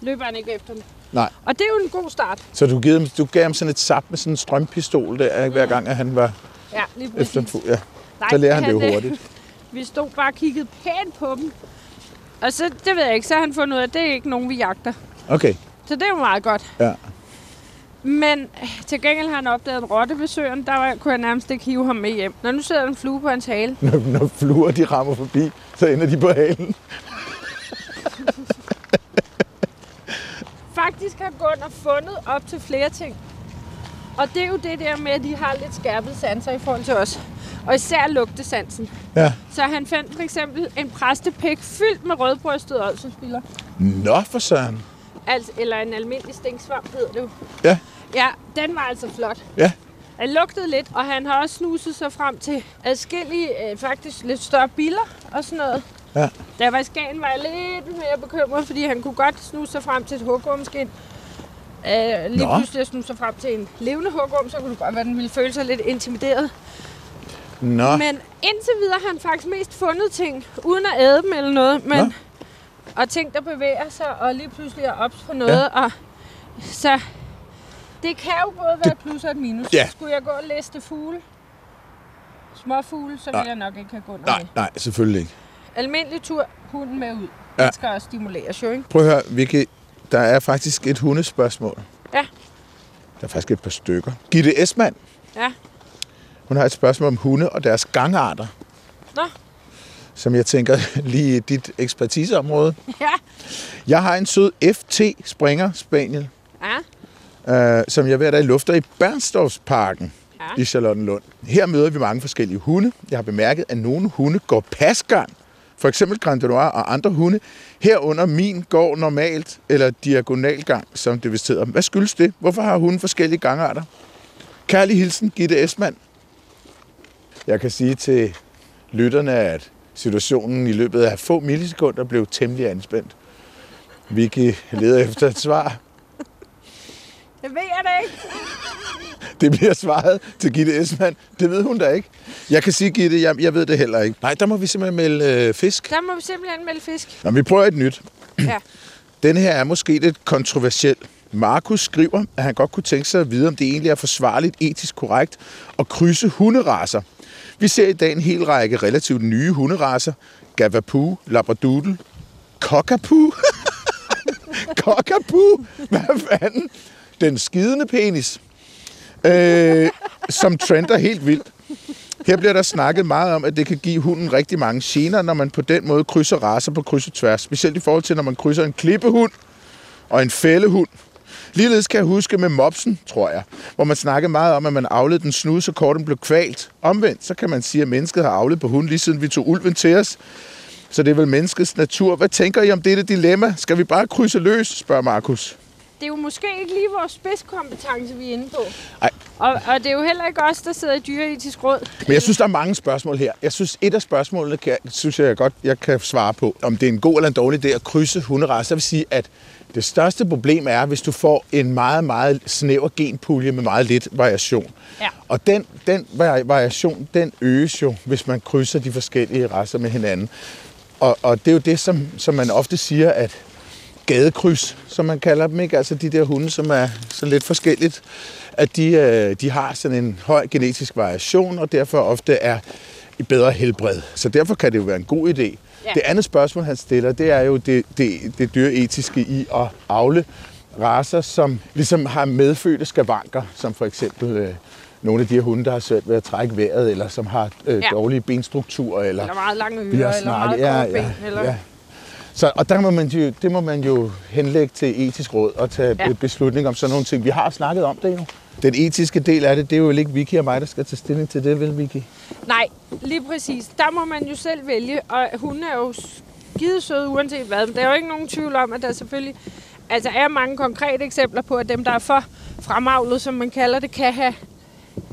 Speaker 2: løber han ikke efter dem.
Speaker 3: Nej.
Speaker 2: Og det er jo en god start.
Speaker 3: Så du gav, ham, du gav ham sådan et sap med sådan en strømpistol der, ikke? hver gang, at han var
Speaker 2: Ja, lige præcis.
Speaker 3: efter en fugl. Ja.
Speaker 2: Nej,
Speaker 3: Så lærer han det jo
Speaker 2: øh,
Speaker 3: hurtigt.
Speaker 2: Vi stod bare og kiggede pænt på dem. Og så, det ved jeg ikke, så har han fundet ud af, at det er ikke nogen, vi jagter.
Speaker 3: Okay.
Speaker 2: Så det er jo meget godt.
Speaker 3: Ja.
Speaker 2: Men øh, til gengæld har han opdaget en rotte ved søen, der var, kunne jeg nærmest ikke hive ham med hjem. Når nu sidder der en flue på hans hale.
Speaker 3: Når, når fluer de rammer forbi, så ender de på halen.
Speaker 2: Faktisk har Gunnar fundet op til flere ting. Og det er jo det der med, at de har lidt skærpet sanser i forhold til os. Og især lugtesansen.
Speaker 3: Ja.
Speaker 2: Så han fandt for eksempel en præstepæk fyldt med rødbrystet olsenspiller.
Speaker 3: Nå for søren.
Speaker 2: Altså, eller en almindelig stinksvamp hedder det jo.
Speaker 3: Ja,
Speaker 2: Ja, den var altså flot.
Speaker 3: ja.
Speaker 2: Han lugtede lidt, og han har også snuset sig frem til adskillige, øh, faktisk lidt større biler og sådan noget.
Speaker 3: Ja.
Speaker 2: Da jeg var i Skagen, var jeg lidt mere bekymret, fordi han kunne godt snuse sig frem til et hugormskin. Øh, lige
Speaker 3: Nå.
Speaker 2: pludselig at snuse sig frem til en levende hugorm, så kunne det godt være, at den ville føle sig lidt intimideret.
Speaker 3: Nå.
Speaker 2: Men indtil videre har han faktisk mest fundet ting, uden at æde dem eller noget, men
Speaker 3: Nå.
Speaker 2: og ting, der bevæger sig, og lige pludselig er ops på noget, ja. og så det kan jo både være et plus og et minus.
Speaker 3: Ja.
Speaker 2: Skulle jeg gå og liste fugle, småfugle, så
Speaker 3: Nej.
Speaker 2: ville jeg nok ikke have gået
Speaker 3: Nej, nej, selvfølgelig ikke.
Speaker 2: Almindelig tur, hunden med ud.
Speaker 3: Ja.
Speaker 2: Ja. Den skal også stimuleres jo, ikke?
Speaker 3: Prøv at høre, Vicky, der er faktisk et hundespørgsmål.
Speaker 2: Ja,
Speaker 3: Der er faktisk et par stykker. Gitte Esmann,
Speaker 2: ja.
Speaker 3: hun har et spørgsmål om hunde og deres gangarter,
Speaker 2: Nå,
Speaker 3: som jeg tænker lige er dit ekspertiseområde.
Speaker 2: ja.
Speaker 3: Jeg har en sød FT Springer Spaniel,
Speaker 2: Ja,
Speaker 3: øh, som jeg hver dag lufter i Bernstorffsparken
Speaker 2: Ja.
Speaker 3: i Charlottenlund. Her møder vi mange forskellige hunde. Jeg har bemærket, at nogle hunde går pasgang. For eksempel Grand Noir og andre hunde. Herunder min går normalt eller diagonalgang, som det vist hedder. Hvad skyldes det? Hvorfor har hunden forskellige gangarter? Kærlig hilsen, Gitte Esmann. Jeg kan sige til lytterne, at situationen i løbet af få millisekunder blev temmelig anspændt. Vicky leder efter et svar.
Speaker 2: det ved jeg da ikke.
Speaker 3: Det bliver svaret til Gitte Esmann. Det ved hun da ikke. Jeg kan sige, Gitte, jeg, jeg ved det heller ikke. Nej, der må vi simpelthen melde øh, fisk.
Speaker 2: Der må vi simpelthen melde fisk.
Speaker 3: Nå, men vi prøver et nyt.
Speaker 2: Ja.
Speaker 3: Den her er måske lidt kontroversiel. Markus skriver, at han godt kunne tænke sig at vide, om det egentlig er forsvarligt, etisk korrekt at krydse hunderaser. Vi ser i dag en hel række relativt nye hunderaser. Gavapoo, Labradoodle, Cockapoo. Cockapoo? Hvad fanden? Den skidende penis. Øh, som trender helt vildt. Her bliver der snakket meget om, at det kan give hunden rigtig mange gener, når man på den måde krydser raser på kryds og tværs. Specielt i forhold til, når man krydser en klippehund og en fældehund. Ligeledes kan jeg huske med mopsen, tror jeg, hvor man snakkede meget om, at man afled den snude, så korten blev kvalt. Omvendt, så kan man sige, at mennesket har afledt på hunden, lige siden vi tog ulven til os. Så det er vel menneskets natur. Hvad tænker I om dette dilemma? Skal vi bare krydse løs, spørger Markus.
Speaker 2: Det er jo måske ikke lige vores spidskompetence, vi er inde på.
Speaker 3: Ej.
Speaker 2: Og, og det er jo heller ikke os, der sidder i dyreetisk råd.
Speaker 3: Men jeg synes, der er mange spørgsmål her. Jeg synes, et af spørgsmålene, kan, synes jeg godt, jeg kan svare på, om det er en god eller en dårlig idé at krydse hunderaser. Jeg vil sige, at det største problem er, hvis du får en meget, meget snæver genpulje med meget lidt variation.
Speaker 2: Ja.
Speaker 3: Og den, den vari- variation, den øges jo, hvis man krydser de forskellige raser med hinanden. Og, og det er jo det, som, som man ofte siger, at gadekryds, som man kalder dem, ikke? Altså de der hunde, som er sådan lidt forskelligt, at de, øh, de har sådan en høj genetisk variation, og derfor ofte er i bedre helbred. Så derfor kan det jo være en god idé. Ja.
Speaker 2: Ja.
Speaker 3: Det andet spørgsmål, han stiller, det er jo det, det, det dyreetiske i at avle raser, som ligesom har medfødte skavanker, som for eksempel øh, nogle af de her hunde, der har svært ved at trække vejret, eller som har øh,
Speaker 2: Ja.
Speaker 3: dårlige benstrukturer, eller,
Speaker 2: Eller meget lange
Speaker 3: vi har
Speaker 2: ører, eller meget
Speaker 3: snakket-
Speaker 2: korte ben. Eller...
Speaker 3: ja. Så, og der må man jo, det må man jo henlægge til etisk råd og tage ja.
Speaker 2: Ja.
Speaker 3: beslutning om sådan nogle ting. Vi har snakket om det jo. Den etiske del af det, det er jo ikke Vicky og mig, der skal tage stilling til det, vel Vicky?
Speaker 2: Nej, lige præcis. Der må man jo selv vælge, og hun er jo skide søde uanset hvad. Men der er jo ikke nogen tvivl om, at der selvfølgelig altså er mange konkrete eksempler på, at dem, der er for fremavlet, som man kalder det, kan have,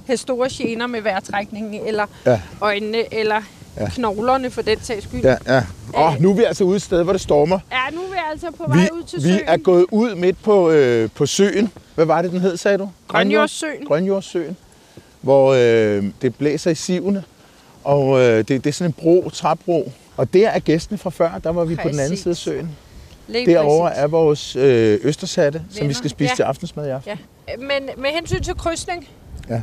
Speaker 2: have store gener med vejrtrækningen, eller
Speaker 3: Ja.
Speaker 2: ja. øjnene, eller
Speaker 3: Ja.
Speaker 2: ja. knoglerne for den sags skyld.
Speaker 3: Ja, ja. Åh, nu er vi altså ude et sted, hvor det stormer.
Speaker 2: ja nu er vi altså på vej ud
Speaker 3: Vi,
Speaker 2: til
Speaker 3: vi
Speaker 2: søen.
Speaker 3: er gået ud midt på, øh, på søen. Hvad var det, den hed, sagde du?
Speaker 2: Grønjordssøen.
Speaker 3: Grønjordssøen, hvor øh, det blæser i sivene. Og øh, det, det er sådan en bro, træbro. Og der er gæstene fra før, der var vi på den anden
Speaker 2: Præcis.
Speaker 3: side af søen.
Speaker 2: Lige
Speaker 3: Derovre
Speaker 2: præcis.
Speaker 3: er vores øh, østershatte, som vi
Speaker 2: Venner.
Speaker 3: skal spise
Speaker 2: Ja.
Speaker 3: til aftensmad i aften.
Speaker 2: Ja. Men med hensyn til krydsning,
Speaker 3: Ja.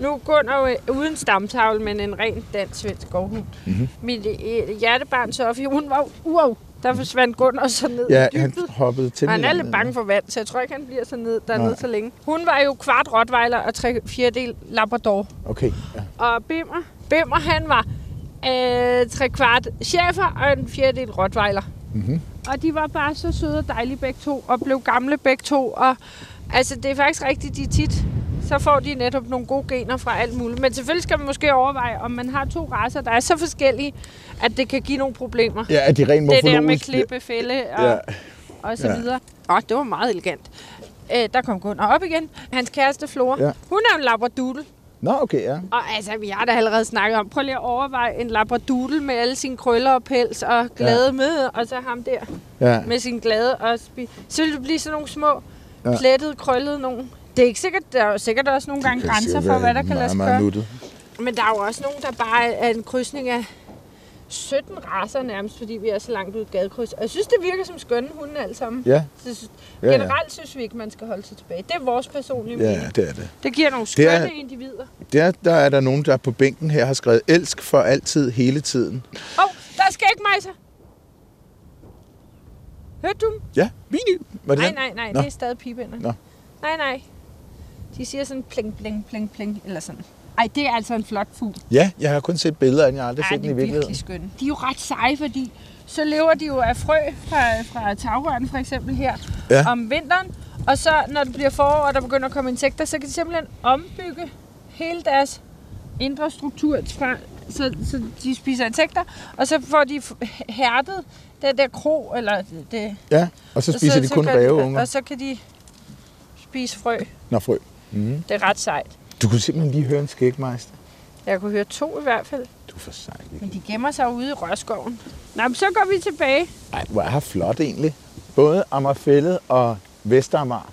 Speaker 2: nu Gunnar jo øh, uden stamtavle, men en ren dansk-svensk gårdhund.
Speaker 3: Mhm.
Speaker 2: Mm-hmm. Mit øh, hjertebarn Sofie, hun var wow, der forsvandt Gunnar så ned
Speaker 3: Ja,
Speaker 2: i dybet.
Speaker 3: han hoppede til
Speaker 2: Og han er lidt bange for vand, så jeg tror ikke, han bliver så ned, dernede
Speaker 3: Nej.
Speaker 2: så længe. Hun var jo kvart rottweiler og tre fjerdedel labrador.
Speaker 3: Okay, ja.
Speaker 2: Og Bimmer, Bimmer han var øh, tre kvart chefer og en fjerdedel rottweiler.
Speaker 3: Mhm.
Speaker 2: Og de var bare så søde og dejlige begge to, og blev gamle begge to. Og, altså, det er faktisk rigtigt, de tit så får de netop nogle gode gener fra alt muligt. Men selvfølgelig skal man måske overveje, om man har to raser, der er så forskellige, at det kan give nogle problemer.
Speaker 3: ja, er de rent
Speaker 2: Det der med
Speaker 3: morfologisk-
Speaker 2: klippe, fælde og,
Speaker 3: Ja.
Speaker 2: ja. og så
Speaker 3: Ja.
Speaker 2: videre. Åh, det var meget elegant. Øh, der kom Gunnar op igen. Hans kæreste Flora,
Speaker 3: Ja.
Speaker 2: ja. hun er en labradoodle.
Speaker 3: Nå, okay, ja.
Speaker 2: Og altså, vi har da allerede snakket om, prøv lige at overveje en labradoodle med alle sine krøller og pels og glade ja. med, og så ham der
Speaker 3: ja.
Speaker 2: med sin glade og spi. Så vil det blive sådan nogle små
Speaker 3: Ja.
Speaker 2: ja. plettede, krøllede nogen. Det er ikke sikkert, der er jo sikkert også nogle gange grænser for, hvad der kan lade sig
Speaker 3: Meget, meget
Speaker 2: gøre.
Speaker 3: nuttet.
Speaker 2: Men der er jo også nogen, der bare er en krydsning af 17 raser nærmest, fordi vi er så langt ud i et gadekryds. Og jeg synes, det virker som skønne hunde alle sammen.
Speaker 3: Ja,
Speaker 2: Så sy-
Speaker 3: Ja, ja.
Speaker 2: Generelt synes vi ikke, man skal holde sig tilbage. Det er vores personlige
Speaker 3: ja,
Speaker 2: mening.
Speaker 3: ja, det er det.
Speaker 2: Det giver nogle
Speaker 3: Det
Speaker 2: skønne
Speaker 3: er-
Speaker 2: individer.
Speaker 3: Der, der er der nogen, der på bænken her har skrevet elsk for altid, hele tiden.
Speaker 2: Åh, oh, der skal ikke mig så. Hørte du dem?
Speaker 3: Ja, mini. Var det
Speaker 2: Nej,
Speaker 3: den?
Speaker 2: nej, nej.
Speaker 3: Nå.
Speaker 2: Det er stadig pibænder.
Speaker 3: Nå.
Speaker 2: Nej, nej. De siger sådan pling, pling, pling, pling. Eller sådan. Ej, det er altså en flot fugl.
Speaker 3: Ja, jeg har kun set billeder af den, jeg har aldrig
Speaker 2: Ej,
Speaker 3: set den
Speaker 2: de
Speaker 3: i
Speaker 2: er
Speaker 3: virkeligheden.
Speaker 2: virkelig skønne. De er jo ret seje, fordi så lever de jo af frø fra, fra tagrøren for eksempel her
Speaker 3: Ja.
Speaker 2: om vinteren. Og så når det bliver forår, og der begynder at komme insekter, så kan de simpelthen ombygge hele deres indre struktur. Fra, så, så de spiser insekter, og så får de f- hærdet den der kro, eller det, det
Speaker 3: Ja, og så spiser de kun
Speaker 2: kan-
Speaker 3: ræveunger.
Speaker 2: Og så kan de spise frø.
Speaker 3: Nå, frø. Mm.
Speaker 2: Det er ret sejt.
Speaker 3: Du kunne simpelthen lige høre en skægmejster.
Speaker 2: Jeg kunne høre to i hvert fald.
Speaker 3: Du er for sej.
Speaker 2: Men de gemmer sig ude i rørskoven. Nå, men så går vi tilbage.
Speaker 3: Ej, hvor er her flot egentlig. Både Ammerfællet og Vestermar,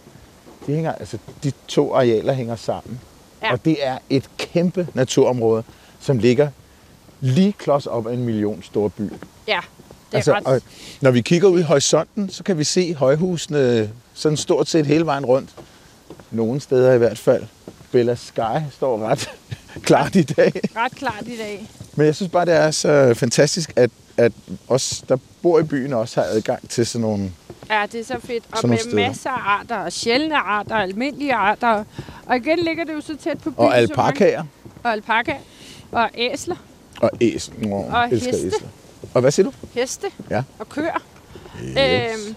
Speaker 3: de, hænger, altså, de to arealer hænger sammen. Ja.
Speaker 2: Ja.
Speaker 3: Og det er et kæmpe naturområde, som ligger lige klods op af en million store by.
Speaker 2: Ja, det er altså, ret...
Speaker 3: og når vi kigger ud i horisonten, så kan vi se højhusene sådan stort set hele vejen rundt. Nogle steder i hvert fald. Bella Sky står ret klart i dag.
Speaker 2: ret klart i dag.
Speaker 3: Men jeg synes bare, det er så fantastisk, at, at os, der bor i byen, også har adgang til sådan nogle
Speaker 2: Ja, det er så fedt. Og
Speaker 3: Sådan
Speaker 2: med
Speaker 3: nogle steder.
Speaker 2: masser af arter, og sjældne arter, og almindelige arter. Og igen ligger det jo så tæt på byen.
Speaker 3: Og
Speaker 2: så mange-
Speaker 3: alpakaer.
Speaker 2: Og alpaka. Og æsler.
Speaker 3: Og æsler. Nå,
Speaker 2: Og
Speaker 3: elsker
Speaker 2: heste.
Speaker 3: æsler. Og hvad siger du?
Speaker 2: Heste.
Speaker 3: Ja.
Speaker 2: Og køer. Yes. Øhm,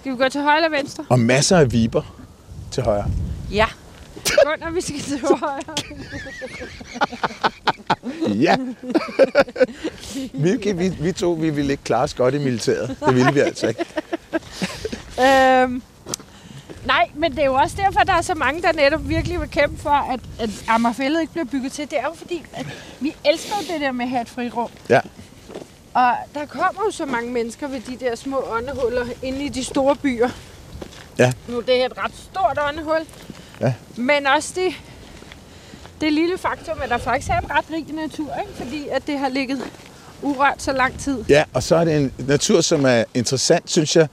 Speaker 2: skal vi gå til højre eller venstre?
Speaker 3: Og masser af viber til højre.
Speaker 2: Ja. Gunnar, vi skal til højre.
Speaker 3: Ja! vi, vi, vi to vi ville ikke klare os godt i militæret. Det ville vi altså ikke.
Speaker 2: Øhm, nej, men det er jo også derfor, der er så mange, der netop virkelig vil kæmpe for, at, at Amagerfællet ikke bliver bygget til. Det er jo fordi, at vi elsker jo det der med at have et frirum.
Speaker 3: Ja.
Speaker 2: Og der kommer jo så mange mennesker ved de der små åndehuller inde i de store byer.
Speaker 3: Ja.
Speaker 2: Nu er det her et ret stort åndehul.
Speaker 3: Ja.
Speaker 2: Men også det, det lille faktum, at der faktisk er en ret rig natur, ikke? fordi at det har ligget urørt så lang tid.
Speaker 3: ja, og så er det en natur, som er interessant, synes jeg,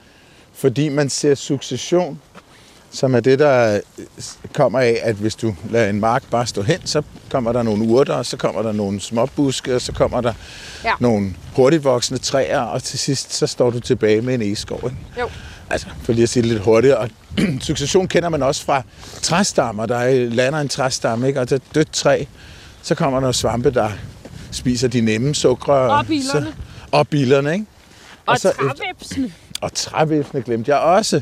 Speaker 3: fordi man ser succession, som er det, der øh, kommer af, at hvis du lader en mark bare stå hen, så kommer der nogle urter, og så kommer der nogle småbuske, og så kommer der ja.
Speaker 2: Ja.
Speaker 3: nogle hurtigtvoksende træer, og til sidst, så står du tilbage med en egeskov. Ikke?
Speaker 2: Jo.
Speaker 3: Altså, for lige at sige det lidt hurtigt. Og succession kender man også fra træstammer. Der er- lander en træstamme, ikke? og der er dødt træ. Så kommer der svampe, der spiser de nemme sukker.
Speaker 2: Og billerne.
Speaker 3: Så, og billerne, ikke?
Speaker 2: Og, og
Speaker 3: så efter-
Speaker 2: trævæbsene.
Speaker 3: Og trævæsene glemte jeg også.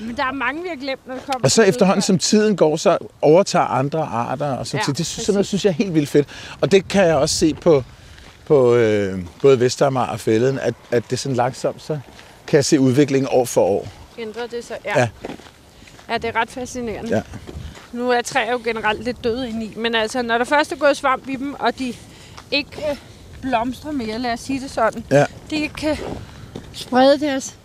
Speaker 2: Men der er mange, vi har glemt, når det kommer
Speaker 3: Og så
Speaker 2: til
Speaker 3: efterhånden,
Speaker 2: udfald.
Speaker 3: som tiden går, så overtager andre arter. Og sådan,
Speaker 2: Ja,
Speaker 3: ja, det synes,
Speaker 2: præcis.
Speaker 3: sådan noget synes jeg er helt vildt fedt. Og det kan jeg også se på, på øh, både Vestermar og Fælden, at, at det sådan langsomt, så kan jeg se udviklingen år for år.
Speaker 2: ændrer det sig.
Speaker 3: Ja.
Speaker 2: Ja. ja. det er ret fascinerende.
Speaker 3: Ja.
Speaker 2: Nu er træer jo generelt lidt døde indeni, men altså, når der først er gået svamp i dem, og de ikke øh, blomstrer mere, lad os sige det sådan,
Speaker 3: Ja.
Speaker 2: de kan sprede deres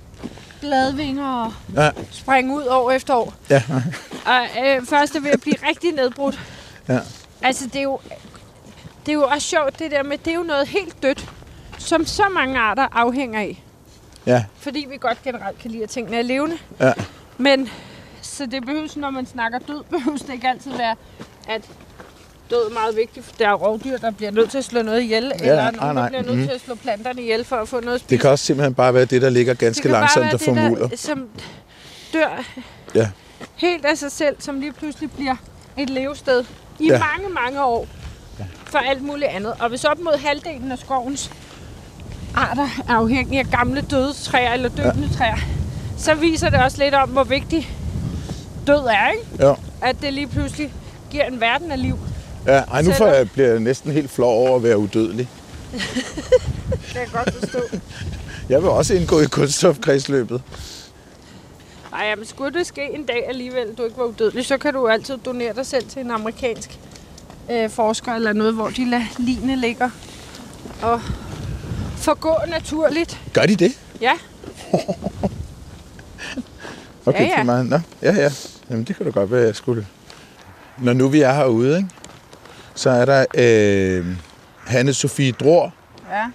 Speaker 2: bladvinger og
Speaker 3: Ja.
Speaker 2: springe ud år efter år.
Speaker 3: Ja.
Speaker 2: Og øh, først er ved at blive rigtig nedbrudt.
Speaker 3: Ja.
Speaker 2: Altså, det er, jo, det er jo også sjovt, det der med, det er jo noget helt dødt, som så mange arter afhænger af.
Speaker 3: Ja.
Speaker 2: Fordi vi godt generelt kan lide, at tingene er levende.
Speaker 3: Ja.
Speaker 2: Men, så det behøves, når man snakker død, behøves det ikke altid være, at død er meget vigtigt. Der er rovdyr, der bliver nødt til at slå noget ihjel, ja, eller
Speaker 3: nej,
Speaker 2: nogen, der
Speaker 3: nej.
Speaker 2: bliver nødt
Speaker 3: Mhm.
Speaker 2: til at slå planterne ihjel for at få noget at spise.
Speaker 3: Det kan også simpelthen bare være det, der ligger ganske
Speaker 2: kan bare
Speaker 3: langsomt
Speaker 2: være
Speaker 3: og formuler.
Speaker 2: Det, der, som dør
Speaker 3: Ja.
Speaker 2: helt af sig selv, som lige pludselig bliver et levested i
Speaker 3: Ja.
Speaker 2: ja. mange, mange år for alt muligt andet. Og hvis op mod halvdelen af skovens arter er afhængige af gamle døde træer eller døende ja. træer, så viser det også lidt om, hvor vigtig død er, ikke?
Speaker 3: Ja.
Speaker 2: At det lige pludselig giver en verden af liv.
Speaker 3: Ja, ej, nu får jeg, bliver jeg næsten helt flov over at være udødelig.
Speaker 2: Det kan jeg godt forstå.
Speaker 3: Jeg vil også indgå i kunststofkredsløbet.
Speaker 2: Ej, jamen, skulle det ske en dag alligevel, du ikke var udødelig, så kan du jo altid donere dig selv til en amerikansk øh, forsker eller noget, hvor de lader line ligger og forgå naturligt.
Speaker 3: Gør de det?
Speaker 2: Ja,
Speaker 3: Okay,
Speaker 2: Ja, ja.
Speaker 3: det er Meget. Nå, ja, ja. Jamen, det kunne da godt være, jeg skulle. Når nu vi er herude, ikke? så er der øh, hanne Sofie Dror.
Speaker 2: ja.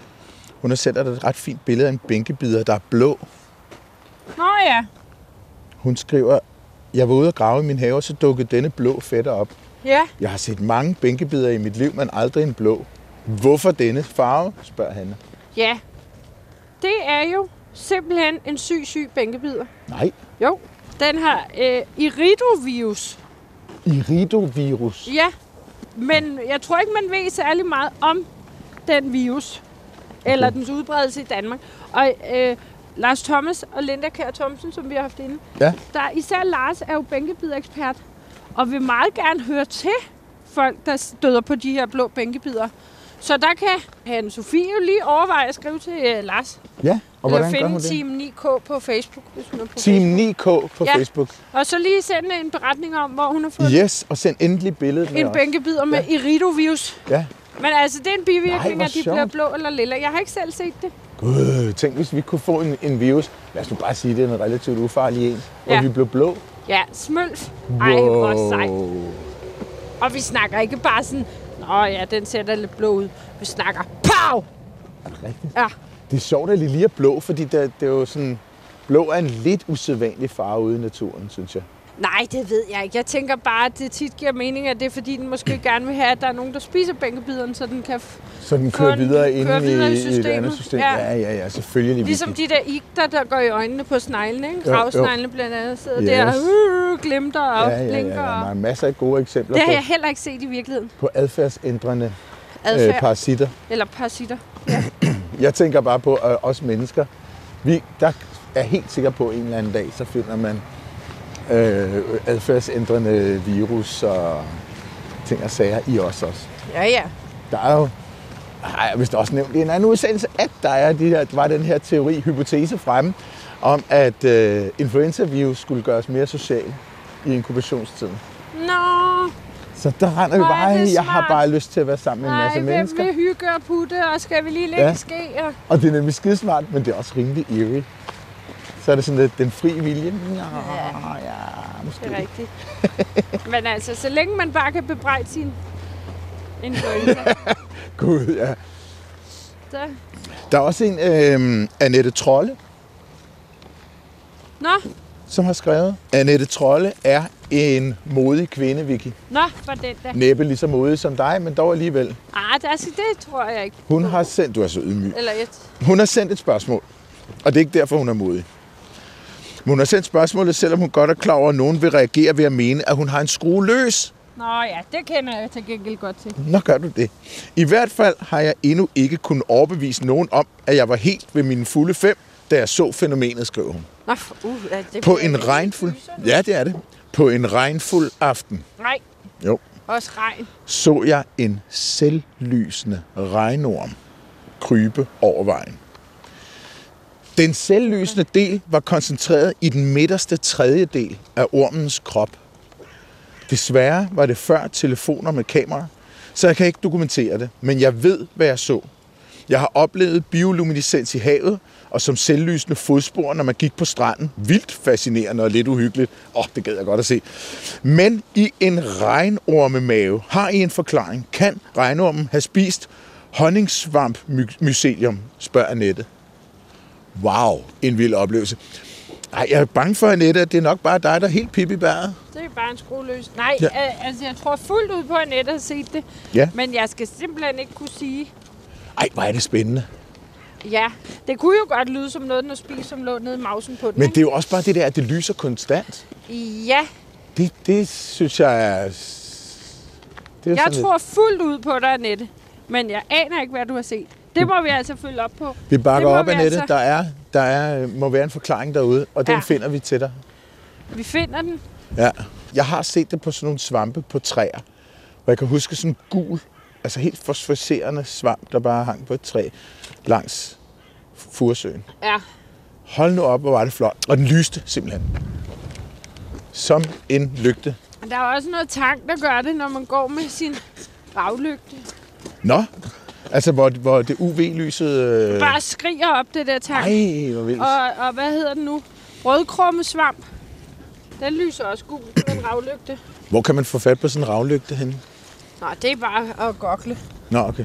Speaker 3: Hun har sendt dig et ret fint billede af en bænkebider, der er blå.
Speaker 2: Nå ja,
Speaker 3: Hun skriver, jeg var ude og grave i min have, og så dukkede denne blå fætter op.
Speaker 2: ja.
Speaker 3: Jeg har set mange bænkebider i mit liv, men aldrig en blå. Hvorfor denne farve, spørger Hanne.
Speaker 2: Ja, det er jo simpelthen en syg, syg bænkebider.
Speaker 3: Nej,
Speaker 2: Jo, den har øh, iridovirus.
Speaker 3: iridovirus.
Speaker 2: Ja, men jeg tror ikke, man ved særlig meget om den virus, eller dens udbredelse i Danmark. Og øh, Lars Thomas og Linda Kær Thomsen, som vi har haft inde,
Speaker 3: Ja.
Speaker 2: der især Lars er jo bænkebiderekspert, og vil meget gerne høre til folk, der støder på de her blå bænkebider. Så der kan han Sofie jo lige overveje at skrive til øh, Lars.
Speaker 3: Ja, og
Speaker 2: eller
Speaker 3: hvordan gør
Speaker 2: finde
Speaker 3: hun det?
Speaker 2: Team 9K på Facebook, hvis hun er på
Speaker 3: Team
Speaker 2: Facebook.
Speaker 3: 9K på
Speaker 2: Ja.
Speaker 3: Facebook.
Speaker 2: Og så lige sende en beretning om, hvor hun har fået
Speaker 3: Yes, og send endelig billedet med
Speaker 2: en
Speaker 3: os.
Speaker 2: bænkebider med iridovirus.
Speaker 3: Ja.
Speaker 2: Men altså, det er en
Speaker 3: Nej,
Speaker 2: bivirkning,
Speaker 3: hvor
Speaker 2: at de bliver
Speaker 3: sjovt.
Speaker 2: blå eller lilla. Jeg har ikke selv set det.
Speaker 3: Gud, tænk hvis vi kunne få en, en virus. Lad os nu bare sige, det er en relativt ufarlig en. Og
Speaker 2: Ja.
Speaker 3: vi blev blå.
Speaker 2: Ja, smølf. Ej, hvor sejt.
Speaker 3: Wow.
Speaker 2: Og vi snakker ikke bare sådan, Nå ja, den ser da lidt blå ud. Vi snakker, pow!
Speaker 3: Er det rigtigt?
Speaker 2: Ja,
Speaker 3: Det er sjovt, at lilje er blå, fordi det, det er jo sådan... Blå er en lidt usædvanlig farve ude i naturen, synes jeg.
Speaker 2: nej, det ved jeg ikke. Jeg tænker bare, at det tit giver mening, at det er fordi, den måske gerne vil have, at der er nogen, der spiser bænkebideren, så den kan... F-
Speaker 3: Så den kører
Speaker 2: den
Speaker 3: videre
Speaker 2: kører
Speaker 3: ind i,
Speaker 2: videre i
Speaker 3: i, et
Speaker 2: systemet.
Speaker 3: andet system.
Speaker 2: Ja.
Speaker 3: ja, ja, ja selvfølgelig.
Speaker 2: ligesom de der igter, der går i øjnene på sneglene, ikke?
Speaker 3: Jo, jo.
Speaker 2: Ravsneglene blandt andet sidder
Speaker 3: Yes.
Speaker 2: yes. der og uh, glimter og
Speaker 3: ja, ja, ja, ja.
Speaker 2: blinker.
Speaker 3: Der er
Speaker 2: og-
Speaker 3: masser af gode eksempler
Speaker 2: Det har jeg
Speaker 3: på,
Speaker 2: heller ikke set i virkeligheden.
Speaker 3: på adfærdsændrende øh,
Speaker 2: Adfærd
Speaker 3: parasitter.
Speaker 2: eller parasitter.
Speaker 3: Jeg tænker bare på øh, os mennesker. Vi, der er helt sikker på, at en eller anden dag, så finder man øh, adfærdsændrende virus og ting og sager i os også.
Speaker 2: Ja, ja.
Speaker 3: Der er jo, har jeg vist også nævnt i en anden udsendelse, at der er de her, var den her teori, hypotese fremme, om at øh, influenza-virus skulle gøres mere social i inkubationstiden.
Speaker 2: Nå,
Speaker 3: Så der render vi
Speaker 2: Hvor er
Speaker 3: bare,
Speaker 2: det
Speaker 3: "Hey, jeg har
Speaker 2: smart."
Speaker 3: bare lyst til at være sammen med en masse
Speaker 2: Nej, hvem
Speaker 3: mennesker.
Speaker 2: vil hygge og putte, og skal vi lige lægge
Speaker 3: Ja.
Speaker 2: ja. ske? Og...
Speaker 3: Og det er nemlig skidesmart, men det er også rimelig eerie. Så er det sådan lidt den fri vilje. Ja, ja, måske.
Speaker 2: Det er rigtigt. Men altså, så længe man bare kan bebrejde sin influencer,
Speaker 3: Gud, ja.
Speaker 2: så...
Speaker 3: Der er også en, øh, Annette Trolle,
Speaker 2: Nå,
Speaker 3: som har skrevet. Annette Trolle er en modig kvinde, Vicky.
Speaker 2: nå, for den der.
Speaker 3: Næppe lige så modig som dig, men dog alligevel.
Speaker 2: Ah, det, altså, det tror jeg ikke.
Speaker 3: Hun har sendt, du er så ydmyg.
Speaker 2: Eller jeg...
Speaker 3: Hun har sendt et spørgsmål, og det er ikke derfor, hun er modig. Men hun har sendt spørgsmålet, selvom hun godt er klar over, at nogen vil reagere ved at mene, at hun har en skrue løs.
Speaker 2: Nå ja, det kender jeg til gengæld godt til.
Speaker 3: Nå gør du det. I hvert fald har jeg endnu ikke kunnet overbevise nogen om, at jeg var helt ved mine fulde fem, da jeg så fænomenet, skriver hun.
Speaker 2: Nå, f- uh, ja, det
Speaker 3: På
Speaker 2: bliver helt
Speaker 3: en regnfuld...
Speaker 2: lyser.
Speaker 3: Ja, det er det. På en regnfuld aften
Speaker 2: Nej.
Speaker 3: Jo.
Speaker 2: Også regn.
Speaker 3: så jeg en selvlysende regnorm krybe over vejen. Den selvlysende del var koncentreret i den midterste tredjedel af ormens krop. Desværre var det før telefoner med kamera, så jeg kan ikke dokumentere det, men jeg ved, hvad jeg så. Jeg har oplevet bioluminescens i havet, og som selvlysende fodspor, når man gik på stranden. Vildt fascinerende og lidt uhyggeligt. Åh, oh, det gad jeg godt at se. Men i en regnormemave har I en forklaring. Kan regnormen have spist honningsvamp mycelium, spørger Annette. Wow, en vild oplevelse. Ej, jeg er bange for, Annette, at det er nok bare dig, der er helt pip i bæret.
Speaker 2: Det er bare en skruløs. Nej, ja. øh, altså jeg tror fuldt ud på, at Annette har set det.
Speaker 3: Ja.
Speaker 2: Men jeg skal simpelthen ikke kunne sige.
Speaker 3: Ej, hvor er det spændende.
Speaker 2: Ja, det kunne jo godt lyde som noget, den spise, som lå nede i mausen på den.
Speaker 3: Men
Speaker 2: ikke?
Speaker 3: det er jo også bare det der, at det lyser konstant.
Speaker 2: Ja,
Speaker 3: Det, det synes jeg er... Det er
Speaker 2: jeg
Speaker 3: sådan lidt-
Speaker 2: tror fuldt ud på dig, Annette. Men jeg aner ikke, hvad du har set. Det må
Speaker 3: Mm.
Speaker 2: vi altså følge op på.
Speaker 3: Vi bakker
Speaker 2: det må
Speaker 3: op,
Speaker 2: vi
Speaker 3: Annette.
Speaker 2: altså-
Speaker 3: Der, er, der er, må være en forklaring derude, og den
Speaker 2: Ja.
Speaker 3: finder vi til dig.
Speaker 2: Vi finder den.
Speaker 3: Ja. Jeg har set det på sådan nogle svampe på træer, hvor jeg kan huske sådan en gul, altså helt fosforiserende svamp, der bare hang på et træ langs Furesøen.
Speaker 2: Ja,
Speaker 3: Hold nu op, hvor var det flot. Og den lyste simpelthen. Som en lygte.
Speaker 2: Men der er også noget tank, der gør det, når man går med sin baglygte.
Speaker 3: Nå, altså hvor, hvor det UV-lyset... Øh...
Speaker 2: Bare skriger op det der tank.
Speaker 3: Ej, hvor vildt.
Speaker 2: Og, og hvad hedder den nu? Rødkrummesvamp. Den lyser også gul med en raglygte.
Speaker 3: Hvor kan man få fat på sådan en ravlygte henne?
Speaker 2: Nå, det er bare at gokle.
Speaker 3: Nå, okay.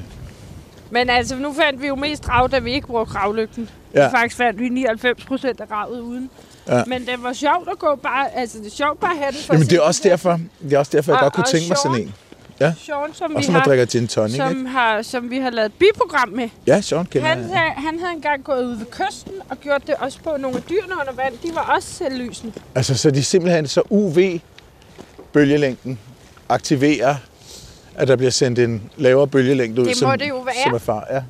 Speaker 2: Men altså, nu fandt vi jo mest rav, da vi ikke brugte ravlygten.
Speaker 3: Ja.
Speaker 2: Ja. Faktisk fandt vi 99 procent af ravet uden.
Speaker 3: Ja.
Speaker 2: Ja. Men det var sjovt at gå bare... Altså, det er sjovt bare at have den for
Speaker 3: Jamen
Speaker 2: at
Speaker 3: det er
Speaker 2: se
Speaker 3: også
Speaker 2: den der
Speaker 3: derfor, det er også derfor jeg
Speaker 2: Og-
Speaker 3: godt kunne
Speaker 2: og
Speaker 3: tænke mig sådan
Speaker 2: short.
Speaker 3: en.
Speaker 2: Sean, som, vi
Speaker 3: Også når man
Speaker 2: har,
Speaker 3: drikker gin tonic, ikke?
Speaker 2: som, har, som vi har lavet et biprogram med.
Speaker 3: Ja, Sean kender
Speaker 2: Han,
Speaker 3: jeg.
Speaker 2: sagde, han havde engang gået ud ved kysten og gjort det også på nogle af dyrene under vand. De var også selvlysende.
Speaker 3: Altså, så de simpelthen så UV-bølgelængden aktiverer, at der bliver sendt en lavere bølgelængde ud,
Speaker 2: Det må
Speaker 3: som,
Speaker 2: det jo være.
Speaker 3: som er far. Ja.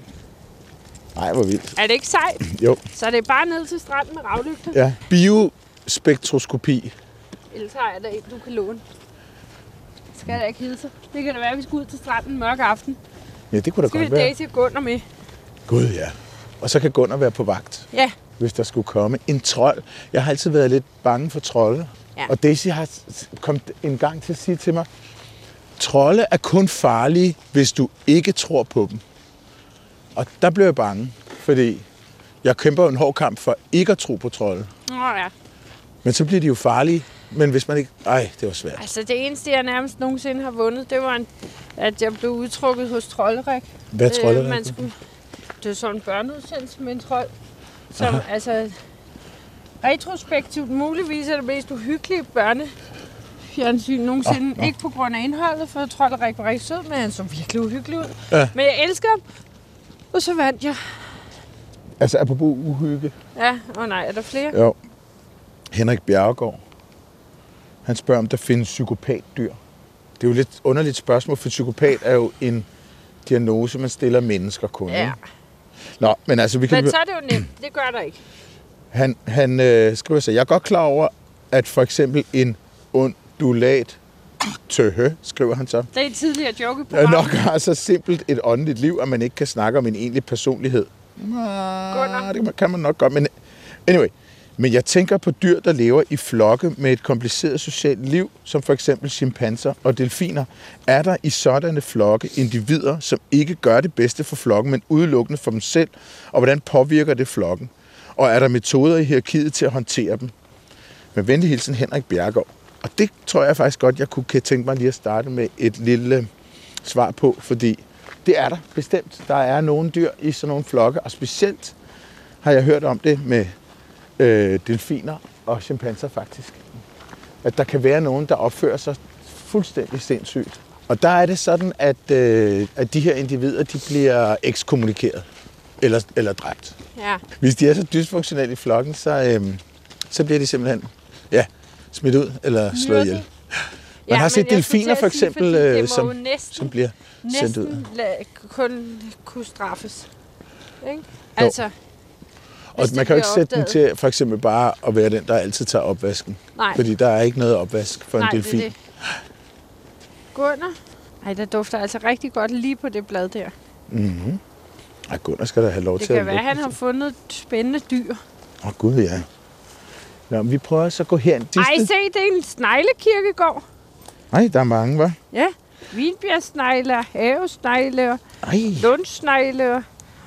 Speaker 3: Nej, hvor vildt.
Speaker 2: Er det ikke sejt?
Speaker 3: Jo,
Speaker 2: Så det er bare ned til stranden med ravlygter. Ja.
Speaker 3: ja. Biospektroskopi.
Speaker 2: Ellers har jeg da en, du kan låne. Skal der ikke hilse? Det kan da være, at vi skal ud til stranden mørk aften.
Speaker 3: Ja, det kunne da
Speaker 2: Skal
Speaker 3: godt
Speaker 2: vi
Speaker 3: være.
Speaker 2: Daisy og Gunnar med?
Speaker 3: Gud, ja. Og så kan Gunnar være på vagt,
Speaker 2: Ja.
Speaker 3: hvis der skulle komme en trold. Jeg har altid været lidt bange for trolde.
Speaker 2: Ja.
Speaker 3: Og Daisy har s- kommet en gang til at sige til mig, trolde er kun farlige, hvis du ikke tror på dem. Og der blev jeg bange, fordi jeg kæmper jo en hård kamp for ikke at tro på trolde.
Speaker 2: Nå ja.
Speaker 3: Men så bliver de jo farlige. Men hvis man ikke... Ej, det var svært.
Speaker 2: Altså det eneste, jeg nærmest nogensinde har vundet, det var, en, at jeg blev udtrukket hos Trollerik.
Speaker 3: Hvad er trolde?
Speaker 2: man skulle, det er sådan en børneudsendelse med en trold, som Aha. altså retrospektivt muligvis er det mest uhyggelige børne fjernsyn nogensinde.
Speaker 3: Ah, nå.
Speaker 2: Ikke på grund af indholdet, for Trold Rik var rigtig sød, men han så virkelig uhyggelig ud.
Speaker 3: Ja.
Speaker 2: Men jeg elsker ham. Og så vandt jeg.
Speaker 3: Altså, apropos uhygge.
Speaker 2: Ja, og nej, er der flere? Ja.
Speaker 3: Jo. Henrik Bjerregaard, han spørger, om der findes psykopatdyr. Det er jo et lidt underligt spørgsmål, for psykopat er jo en diagnose, man stiller mennesker kun.
Speaker 2: Ja.
Speaker 3: ikke? Nå, men altså, vi kan...
Speaker 2: Men så er det jo nemt. Det gør der ikke.
Speaker 3: Han, han øh, skriver så, jeg er godt klar over, at for eksempel en undulat tøhø, skriver han så,
Speaker 2: Det er et tidligere joke på
Speaker 3: er nok har så simpelt et åndeligt liv, at man ikke kan snakke om en egentlig personlighed.
Speaker 2: Gunnar.
Speaker 3: Ah, det kan man- kan man nok godt, men anyway. Men jeg tænker på dyr, der lever i flokke med et kompliceret socialt liv, som for eksempel chimpanser og delfiner. Er der i sådanne flokke individer, som ikke gør det bedste for flokken, men udelukkende for dem selv, og hvordan påvirker det flokken? Og er der metoder i hierarkiet til at håndtere dem? Med venlig hilsen Henrik Bjergård. Og det tror jeg faktisk godt, jeg kunne kan tænke mig lige at starte med et lille svar på, fordi det er der bestemt. Der er nogle dyr i sådan nogle flokke, og specielt har jeg hørt om det med øh, delfiner og chimpanser faktisk. At der kan være nogen, der opfører sig fuldstændig sindssygt. Og der er det sådan, at, øh, at de her individer de bliver ekskommunikeret eller, eller dræbt.
Speaker 2: Ja.
Speaker 3: Hvis de er så dysfunktionelle i flokken, så, øhm, så bliver de simpelthen ja, smidt ud eller slået
Speaker 2: Myrdet.
Speaker 3: ihjel. Man har set
Speaker 2: men jeg skulle til
Speaker 3: delfiner
Speaker 2: at
Speaker 3: for
Speaker 2: sige,
Speaker 3: eksempel,
Speaker 2: fordi det
Speaker 3: øh,
Speaker 2: må
Speaker 3: som,
Speaker 2: jo næsten-
Speaker 3: som bliver sendt ud.
Speaker 2: næsten la- kun kunne straffes. Ikke? Altså,
Speaker 3: Og
Speaker 2: hvis
Speaker 3: man
Speaker 2: de
Speaker 3: kan jo ikke
Speaker 2: bliver
Speaker 3: sætte den
Speaker 2: opdaget.
Speaker 3: til for eksempel bare at være den, der altid tager opvasken.
Speaker 2: Nej.
Speaker 3: Fordi der er ikke noget opvask for
Speaker 2: nej,
Speaker 3: en delfin.
Speaker 2: det er det. Gunnar? Ej, der dufter altså rigtig godt lige på det blad der.
Speaker 3: Mhm. Ej, Gunnar skal da have lov
Speaker 2: Det
Speaker 3: til at
Speaker 2: kan være,
Speaker 3: lugte.
Speaker 2: han har fundet et spændende dyr.
Speaker 3: Åh oh, gud, ja. Nå, men vi prøver så at gå hen.
Speaker 2: Ej, se, det er en sneglekirkegård.
Speaker 3: Nej, der er mange, hva'?
Speaker 2: Ja, vinbjergsnegle, og havesnegle, og
Speaker 3: Ej,
Speaker 2: lundsnegle. og-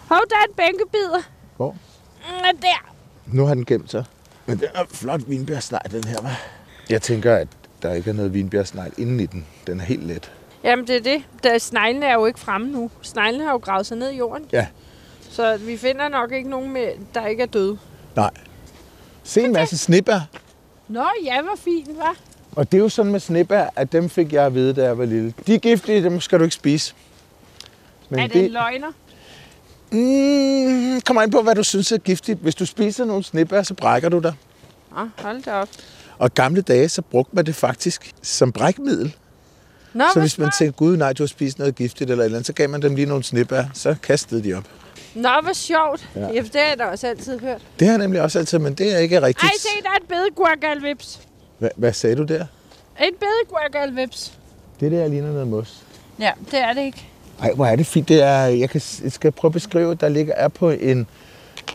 Speaker 2: Hov, der er en bænkebider.
Speaker 3: hvor?
Speaker 2: Mm, der.
Speaker 3: Nu har den gemt sig. Men den er flot vinbjergsnegl, den her, hva'? Jeg tænker, at der ikke er noget vinbjergsnegl inden i den. Den er helt let.
Speaker 2: Jamen, det er det. Da sneglene er jo ikke fremme nu. Sneglene har jo gravet sig ned i jorden.
Speaker 3: Ja.
Speaker 2: Så vi finder nok ikke nogen, med, der ikke er døde.
Speaker 3: Nej. Se en masse snibær.
Speaker 2: Nå, ja, hvor fint, hva'?
Speaker 3: Og det er jo sådan med snibær, at dem fik jeg at vide, da jeg var lille. De er giftige, dem skal du ikke spise. Men
Speaker 2: Er det en løgner?
Speaker 3: Mm, kommer ind på, hvad du synes er giftigt. Hvis du spiser nogle snibær, så brækker du dig.
Speaker 2: Nå, hold da op.
Speaker 3: Og i gamle dage, så brugte man det faktisk som brækmiddel.
Speaker 2: Nå,
Speaker 3: så
Speaker 2: hvor
Speaker 3: hvis man
Speaker 2: smart.
Speaker 3: tænkte, gud nej, du har spist noget giftigt eller et eller andet, så gav man dem lige nogle snibær, så kastede de op.
Speaker 2: Nå, hvor sjovt.
Speaker 3: Ja.
Speaker 2: Ja. Jamen, det har jeg da også altid hørt.
Speaker 3: Det har jeg nemlig også altid, men det er ikke rigtigt.
Speaker 2: Ej, se, der er et bede guacalvips.
Speaker 3: Hva, hvad sagde du der?
Speaker 2: En bede guacalvips.
Speaker 3: Det der ligner noget mos.
Speaker 2: Ja, det er det ikke.
Speaker 3: Ej, hvor er det fint. Det er, jeg, kan, jeg skal prøve at beskrive, der ligger er på en,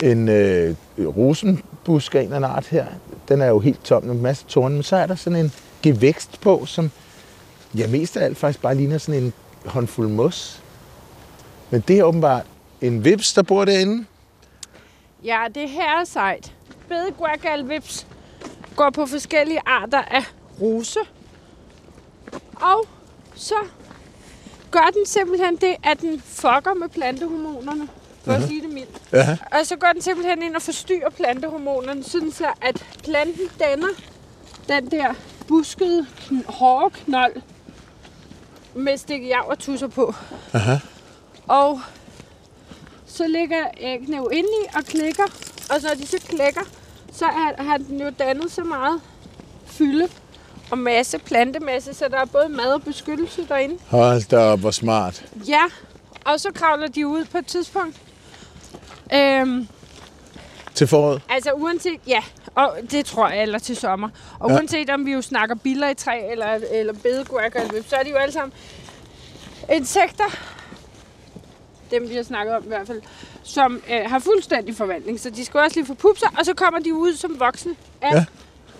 Speaker 3: en øh, rosenbusk af en eller anden art her. Den er jo helt tom med en masse torne, men så er der sådan en gevækst på, som ja, mest af alt faktisk bare ligner sådan en håndfuld mos. Men det er åbenbart en vips, der bor derinde.
Speaker 2: Ja, det her er sejt. Bede guacalvips går på forskellige arter af rose. Og så gør den simpelthen det, at den fucker med plantehormonerne. For at sige det mildt.
Speaker 3: Mhm. Ja.
Speaker 2: Og så går den simpelthen ind og forstyrrer plantehormonerne, sådan så at planten danner den der buskede, kn- hårde knold med stikkejav og tusser på.
Speaker 3: Aha.
Speaker 2: Og så ligger æggene jo inde i og klikker, og når de så klikker, så er- har den jo dannet så meget fylde og masse, plantemasse, så der er både mad og beskyttelse derinde.
Speaker 3: Hold da op, hvor smart.
Speaker 2: Ja, og så kravler de ud på et tidspunkt. Øhm,
Speaker 3: Til foråret.
Speaker 2: Altså uanset, ja, og det tror jeg, eller til sommer. Og
Speaker 3: Ja.
Speaker 2: ja. uanset om vi jo snakker biller i træ, eller, eller bedegurk, eller løb, så er de jo alle sammen insekter. Dem vi har snakket om i hvert fald. Som øh, har fuldstændig forvandling, så de skal også lige få pupser, og så kommer de ud som voksne af,
Speaker 3: Ja.
Speaker 2: ja.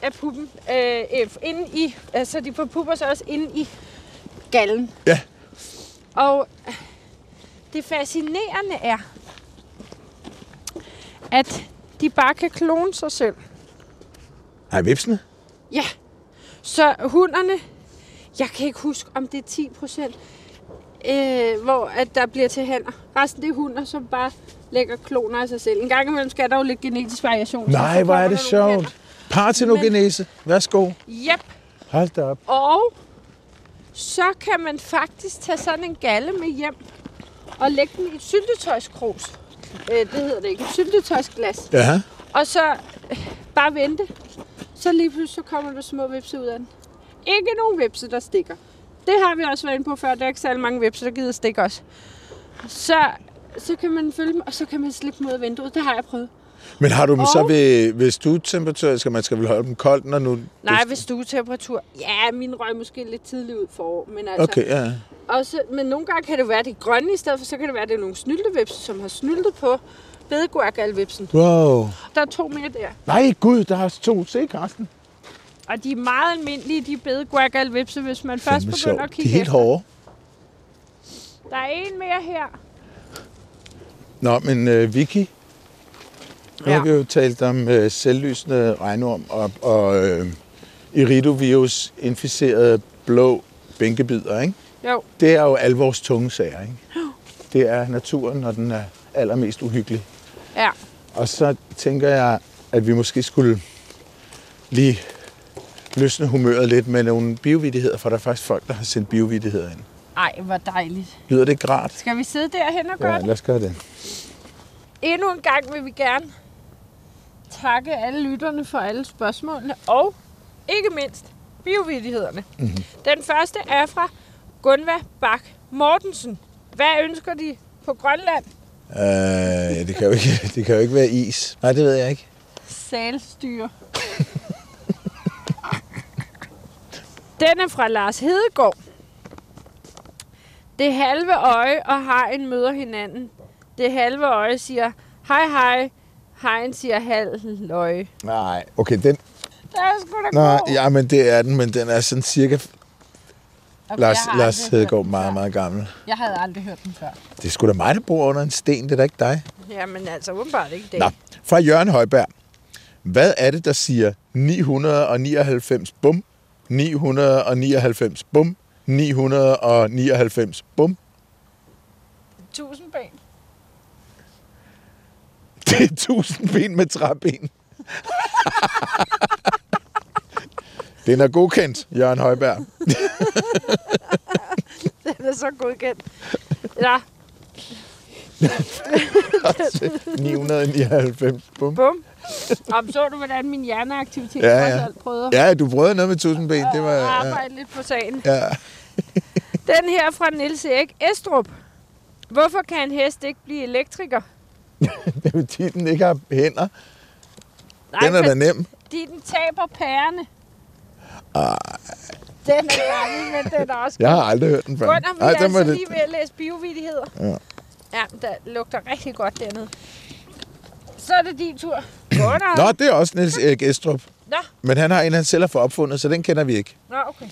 Speaker 2: af puppen. Øh, øh, inde i, altså de får pupper sig også inde i gallen.
Speaker 3: Ja.
Speaker 2: Og øh, det fascinerende er, at de bare kan klone sig selv.
Speaker 3: Ej, vipsene.
Speaker 2: Ja, så hunderne, jeg kan ikke huske, om det er 10 procent, øh, hvor at der bliver til hænder. Resten det er hunder, som bare lægger kloner af sig selv. En gang imellem skal der jo lidt genetisk variation. så
Speaker 3: Nej,
Speaker 2: så
Speaker 3: hvor er
Speaker 2: kommer
Speaker 3: det
Speaker 2: der nogle
Speaker 3: sjovt. Partenogenese. Værsgo.
Speaker 2: hænder. Jep,
Speaker 3: Hold da op.
Speaker 2: og så kan man faktisk tage sådan en galle med hjem og lægge den i et syltetøjskrus. Øh, det hedder det ikke. Et syltetøjsglas.
Speaker 3: Ja.
Speaker 2: Og så øh, bare vente. Så lige pludselig så kommer der små vipse ud af den. Ikke nogen vipse, der stikker. Det har vi også været inde på før. Der er ikke særlig mange vipse, der gider stikke os. Så, så kan man følge dem, og så kan man slippe dem ud af vinduet. Det har jeg prøvet.
Speaker 3: Men har du dem
Speaker 2: Og-
Speaker 3: så ved, ved stuetemperatur? Skal man skal vel holde dem koldt, når nu...
Speaker 2: Nej, ved stuetemperatur. Ja, min røg måske lidt tidligt ud forår. Men, altså,
Speaker 3: Okay, ja. ja.
Speaker 2: og så, men nogle gange kan det være, det er grønne i stedet for. Så kan det være, det er nogle snyltevipse, som har snyltet på bedegurkalvipsen.
Speaker 3: Wow.
Speaker 2: Der er to mere der.
Speaker 3: Nej, gud, der er også to. Se, Karsten.
Speaker 2: Og de er meget almindelige, de bedegurkalvipse, hvis man først
Speaker 3: Fandme
Speaker 2: begynder at
Speaker 3: sjovt. De er
Speaker 2: kigge
Speaker 3: helt
Speaker 2: efter.
Speaker 3: hårde.
Speaker 2: Der er en mere her.
Speaker 3: Nå, men øh, Vicky, nu ja.
Speaker 2: Ja.
Speaker 3: har vi jo talt om øh, selvlysende regnorm og, og øh, iridovirus inficerede blå bænkebider, ikke?
Speaker 2: Jo,
Speaker 3: Det er jo alvors tunge sager, ikke? Det er naturen, når den er allermest uhyggelig.
Speaker 2: ja.
Speaker 3: Og så tænker jeg, at vi måske skulle lige løsne humøret lidt med nogle biovidigheder, for der er faktisk folk, der har sendt biovidigheder ind.
Speaker 2: Ej, hvor dejligt.
Speaker 3: Lyder det ikke rart?
Speaker 2: Skal vi sidde derhen og gøre
Speaker 3: Ja,
Speaker 2: det?
Speaker 3: lad os gøre det.
Speaker 2: Endnu en gang vil vi gerne takke alle lytterne for alle spørgsmålene, og ikke mindst biovidighederne. Mm-hmm. Den første er fra Gunva Bak Mortensen. Hvad ønsker de på Grønland?
Speaker 3: Øh, ja, det, kan jo ikke, det kan jo ikke være is. Nej, det ved jeg ikke.
Speaker 2: Salstyre. Den er fra Lars Hedegaard. Det halve øje og har en møder hinanden. Det halve øje siger, hej hej, Hein siger halv løg.
Speaker 3: Nej, okay, den...
Speaker 2: Der er sgu da
Speaker 3: Nej,
Speaker 2: god.
Speaker 3: ja, men det er den, men den er sådan cirka...
Speaker 2: Okay,
Speaker 3: Lars,
Speaker 2: jeg har
Speaker 3: Lars
Speaker 2: aldrig hørt
Speaker 3: Hedegaard,
Speaker 2: den
Speaker 3: meget,
Speaker 2: før.
Speaker 3: meget gammel.
Speaker 2: Jeg havde aldrig hørt den før.
Speaker 3: Det er sgu da mig, der bor under en sten, det er da ikke dig.
Speaker 2: Jamen altså, åbenbart ikke det.
Speaker 3: Nå, fra Jørgen Højberg. Hvad er det, der siger 999 bum, 999 bum, 999 bum?
Speaker 2: Tusind ben.
Speaker 3: Det er 1000 ben med træben. Den er godkendt, Jørgen Højberg.
Speaker 2: Den er så godkendt. Ja,
Speaker 3: 999 bum.
Speaker 2: bum. Om så du, hvordan min hjerneaktivitet
Speaker 3: Ja,
Speaker 2: ja,
Speaker 3: ja.
Speaker 2: ja. alt prøvede at
Speaker 3: Ja, du prøvede noget med 1000 ben. Det var, ja,
Speaker 2: arbejde lidt på sagen.
Speaker 3: ja.
Speaker 2: Den her fra Nils Erik Estrup. Hvorfor kan en hest ikke blive elektriker?
Speaker 3: Det er jo tit, den ikke har hænder.
Speaker 2: Nej,
Speaker 3: Den er da
Speaker 2: fordi
Speaker 3: nem.
Speaker 2: den taber pærerne. Den er gammel, men den er også
Speaker 3: Jeg har aldrig hørt den før.
Speaker 2: Gunnar, vi
Speaker 3: Ej,
Speaker 2: er
Speaker 3: den var
Speaker 2: altså
Speaker 3: det-
Speaker 2: lige ved at læse biovidigheder.
Speaker 3: Ja.
Speaker 2: ja, der lugter rigtig godt dernede. Så er det din tur. Gunnar.
Speaker 3: Nå, det er også Niels Erik Estrup.
Speaker 2: Nå.
Speaker 3: Men han har en, han selv har fået opfundet, så den kender vi ikke.
Speaker 2: Nå, okay.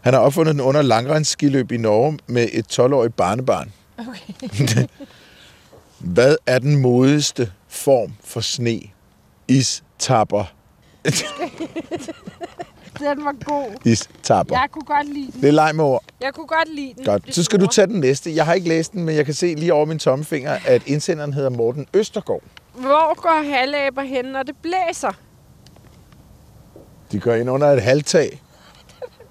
Speaker 3: Han har opfundet den under langrensskiløb i Norge med et 12-årigt barnebarn.
Speaker 2: okay.
Speaker 3: Hvad er den modigste form for sne? Istapper.
Speaker 2: Den var god.
Speaker 3: Istapper.
Speaker 2: Jeg kunne godt lide den.
Speaker 3: Det er leg med ord.
Speaker 2: Jeg kunne godt lide den.
Speaker 3: Godt.
Speaker 2: Det
Speaker 3: Så skal du
Speaker 2: store.
Speaker 3: tage den næste. Jeg har ikke læst den, men jeg kan se lige over min tommefinger, at indsenderen hedder Morten Østergaard.
Speaker 2: Hvor går halvaber hen, når det blæser?
Speaker 3: De går ind under et halvtag.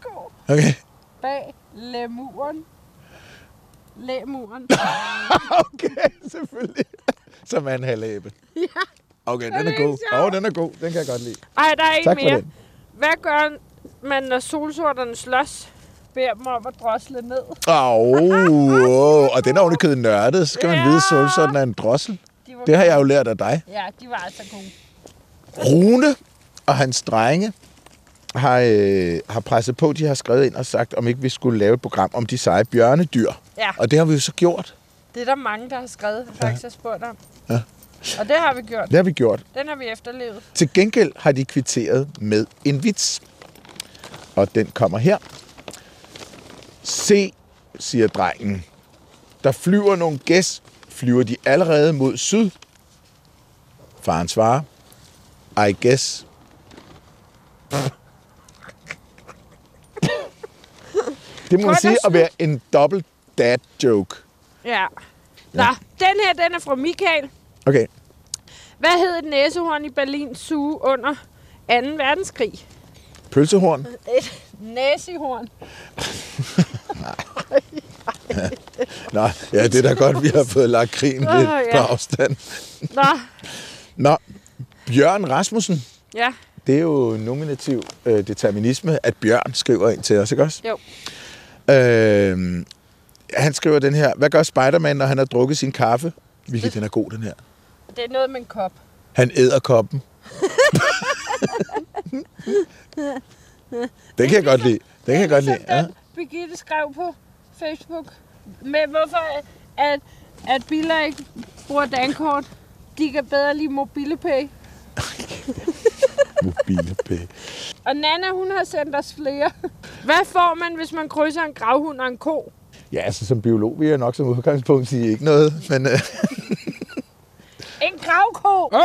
Speaker 2: God.
Speaker 3: Okay.
Speaker 2: Bag lemuren. Lemuren.
Speaker 3: Okay, selvfølgelig. Som er en halvæbe. Ja. Okay, den
Speaker 2: Den
Speaker 3: er
Speaker 2: er
Speaker 3: god.
Speaker 2: sjov.
Speaker 3: Åh, oh, den er god. Den kan jeg godt lide.
Speaker 2: Ej, der er ikke
Speaker 3: Tak for
Speaker 2: mere.
Speaker 3: den.
Speaker 2: Hvad gør man, når solsorterne slås? Beder dem om at drosle ned.
Speaker 3: Åh, oh, og den er ovenikøbet nørdet. Så skal man vide,
Speaker 2: Ja.
Speaker 3: at solsorten er en drossel.
Speaker 2: De var
Speaker 3: Det har jeg jo lært af dig.
Speaker 2: Ja, de var altså gode.
Speaker 3: Rune og hans drenge har, øh, har presset på, de har skrevet ind og sagt, om ikke vi skulle lave et program om de seje bjørnedyr.
Speaker 2: Ja,
Speaker 3: Og det har vi jo så gjort.
Speaker 2: det er der mange, der har skrevet og faktisk har spurgt om.
Speaker 3: Ja.
Speaker 2: Og det har vi gjort.
Speaker 3: Det har vi gjort.
Speaker 2: Den har vi efterlevet.
Speaker 3: Til gengæld har de kvitteret med en vits. Og den kommer her. Se, siger drengen. Der flyver nogle gæs. Flyver de allerede mod syd? Faren svarer. I guess. Det må man
Speaker 2: Godt
Speaker 3: sige
Speaker 2: og
Speaker 3: at være en dobbelt dad joke.
Speaker 2: Ja. Nå, den her, den er fra Michael.
Speaker 3: Okay.
Speaker 2: Hvad hed et næsehorn i Berlin suge under 2. verdenskrig?
Speaker 3: Pølsehorn.
Speaker 2: Et næsehorn.
Speaker 3: Nej, ja, det er da godt, vi har fået lagt krigen lidt
Speaker 2: Åh,
Speaker 3: på
Speaker 2: ja.
Speaker 3: afstand.
Speaker 2: Nå,
Speaker 3: Nå, Bjørn Rasmussen,
Speaker 2: ja.
Speaker 3: det er jo nominativ øh, determinisme, at Bjørn skriver ind til os, ikke også?
Speaker 2: Jo.
Speaker 3: Øh, han skriver den her, hvad gør Spider-Man, når han har drukket sin kaffe? Hvilket den er god, den her.
Speaker 2: Det er noget med en kop.
Speaker 3: Han æder koppen. den kan jeg godt lide. Den kan jeg godt lide.
Speaker 2: Som
Speaker 3: Ja.
Speaker 2: den Birgitte skrev på Facebook. Med hvorfor at, at biler ikke bruger dankort. De kan bedre lide MobilePay.
Speaker 3: Mobilepæ.
Speaker 2: Og Nana, hun har sendt os flere. Hvad får man, hvis man krydser en gravhund og en ko?
Speaker 3: Ja, altså som biolog vil jeg nok som udgangspunkt sige ikke noget, men... Øh,
Speaker 2: En gravko!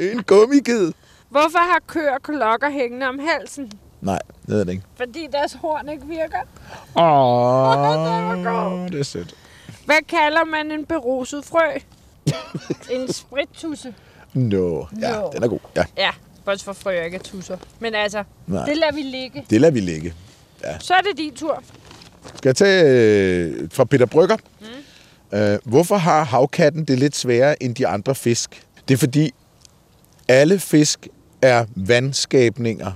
Speaker 3: en gummiged.
Speaker 2: Hvorfor har køer klokker hængende om halsen?
Speaker 3: Nej, det er det ikke.
Speaker 2: Fordi deres horn ikke virker.
Speaker 3: Åh, det er sødt.
Speaker 2: Hvad kalder man en beruset frø? en sprittusse.
Speaker 3: Nå, ja,
Speaker 2: Nå.
Speaker 3: den er god. Ja,
Speaker 2: Ja, bortset for frøer ikke er tusser. Men altså,
Speaker 3: Nej.
Speaker 2: Nej. det lader vi ligge.
Speaker 3: det lader vi ligge.
Speaker 2: Så er det din tur.
Speaker 3: Skal jeg tage øh, fra Peter Brygger? Mm. Øh, hvorfor har havkatten det lidt sværere end de andre fisk? Det er fordi, alle fisk er vandskabninger,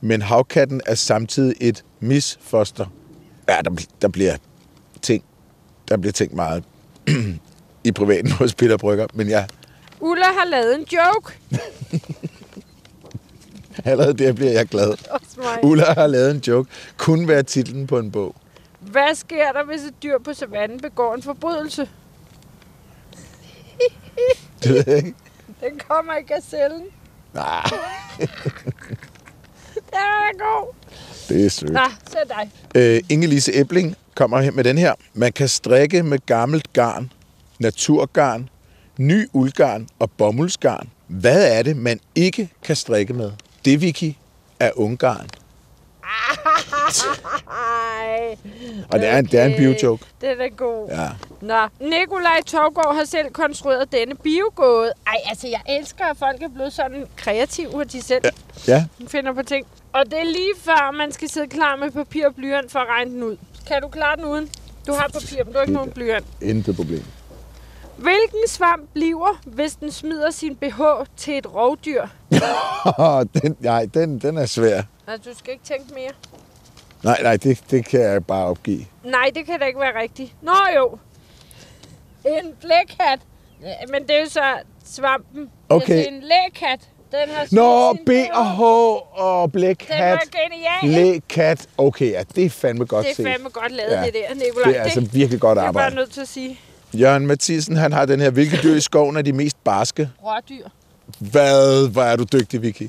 Speaker 3: men havkatten er samtidig et misfoster. Ja, der, bl- der bliver ting, der bliver ting meget i privaten hos Peter Brygger, men jeg
Speaker 2: Ulla har lavet en joke.
Speaker 3: allerede der bliver jeg glad.
Speaker 2: Også mig.
Speaker 3: Ulla har lavet en joke. Kunne være titlen på en bog.
Speaker 2: Hvad sker der, hvis et dyr på savannen begår en forbrydelse?
Speaker 3: Det ved jeg ikke.
Speaker 2: Den kommer i gazellen.
Speaker 3: Nej,
Speaker 2: Den er da god.
Speaker 3: det er sødt.
Speaker 2: Nå, så dig.
Speaker 3: Øh, Inge-Lise Ebling kommer her med den her. Man kan strikke med gammelt garn, naturgarn, ny uldgarn og bomuldsgarn. Hvad er det, man ikke kan strikke med? Det, Vicky, er unggarn.
Speaker 2: Ej.
Speaker 3: Og det er en, det er en biojoke.
Speaker 2: Den er god.
Speaker 3: Ja.
Speaker 2: Nå, Nikolaj Torgård har selv konstrueret denne biogåde. Ej, altså, jeg elsker, at folk er blevet sådan kreative, hvor de selv
Speaker 3: ja,
Speaker 2: finder på ting. Og det er lige før, man skal sidde klar med papir og blyant for at regne den ud. Kan du klare den uden? Du har papir, men du har ikke nogen blyant.
Speaker 3: intet problem.
Speaker 2: Hvilken svamp bliver, hvis den smider sin BH til et rovdyr?
Speaker 3: den, nej, den, den er svær.
Speaker 2: Altså, du skal ikke tænke mere.
Speaker 3: Nej, nej, det, det kan jeg bare opgive.
Speaker 2: Nej, det kan da ikke være rigtigt. Nå jo. En blækhat. Ja, Men det er jo så svampen.
Speaker 3: Okay.
Speaker 2: Hvis det er en lækat. Den har smidt
Speaker 3: Nå,
Speaker 2: sin
Speaker 3: B og H og
Speaker 2: Den var
Speaker 3: blækhat.
Speaker 2: genial.
Speaker 3: Lækat. Okay, ja, det er fandme godt
Speaker 2: det er
Speaker 3: set.
Speaker 2: fandme godt lavet,
Speaker 3: Ja.
Speaker 2: ja. det der, Nicolaj.
Speaker 3: Det er altså virkelig godt
Speaker 2: jeg er bare
Speaker 3: arbejde.
Speaker 2: nødt til at sige.
Speaker 3: Jørgen Mathisen, han har den her, hvilke dyr i skoven er de mest barske?
Speaker 2: Rådyr.
Speaker 3: Hvad, hvor er du dygtig, Vicky.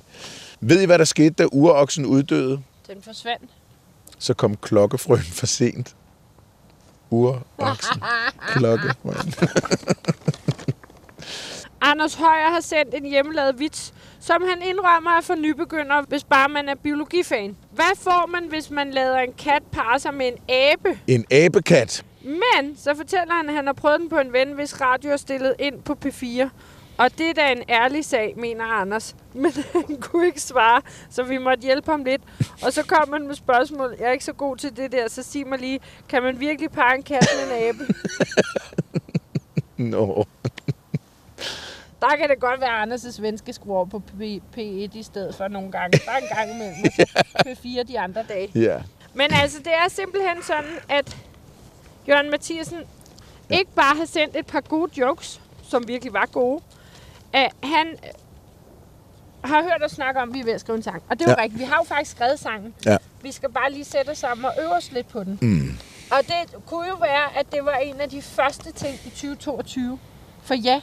Speaker 3: Ved I, hvad der skete, da uroksen uddøde?
Speaker 2: Den forsvandt.
Speaker 3: Så kom klokkefrøen for sent. Uroksen. Klokkefrøen.
Speaker 2: Anders Højer har sendt en hjemmelavet vits, som han indrømmer er for nybegynder, hvis bare man er biologifan. Hvad får man, hvis man lader en kat parre sig med en abe?
Speaker 3: En abekat.
Speaker 2: Men så fortæller han, at han har prøvet den på en ven, hvis radio er stillet ind på P4. Og det er da en ærlig sag, mener Anders. Men han kunne ikke svare, så vi måtte hjælpe ham lidt. Og så kom han med spørgsmål. Jeg er ikke så god til det der, så sig mig lige, kan man virkelig parre en kat med en abe?
Speaker 3: Nå.
Speaker 2: Der kan det godt være, at Anders' svenske skruer over på P- P1 i stedet for nogle gange. Bare en gang imellem. og så P4 de andre dage.
Speaker 3: Ja.
Speaker 2: Men altså, det er simpelthen sådan, at Jørgen Mathiasen ja. ikke bare har sendt et par gode jokes, som virkelig var gode. Uh, han øh, har hørt os snakke om, at vi er ved at skrive en sang. Og det er ja. jo
Speaker 3: Ja.
Speaker 2: rigtigt. Vi har jo faktisk skrevet sangen.
Speaker 3: Ja.
Speaker 2: Vi skal bare lige sætte os sammen og øve os lidt på den. Mm. Og det kunne jo være, at det var en af de første ting i 2022. For ja,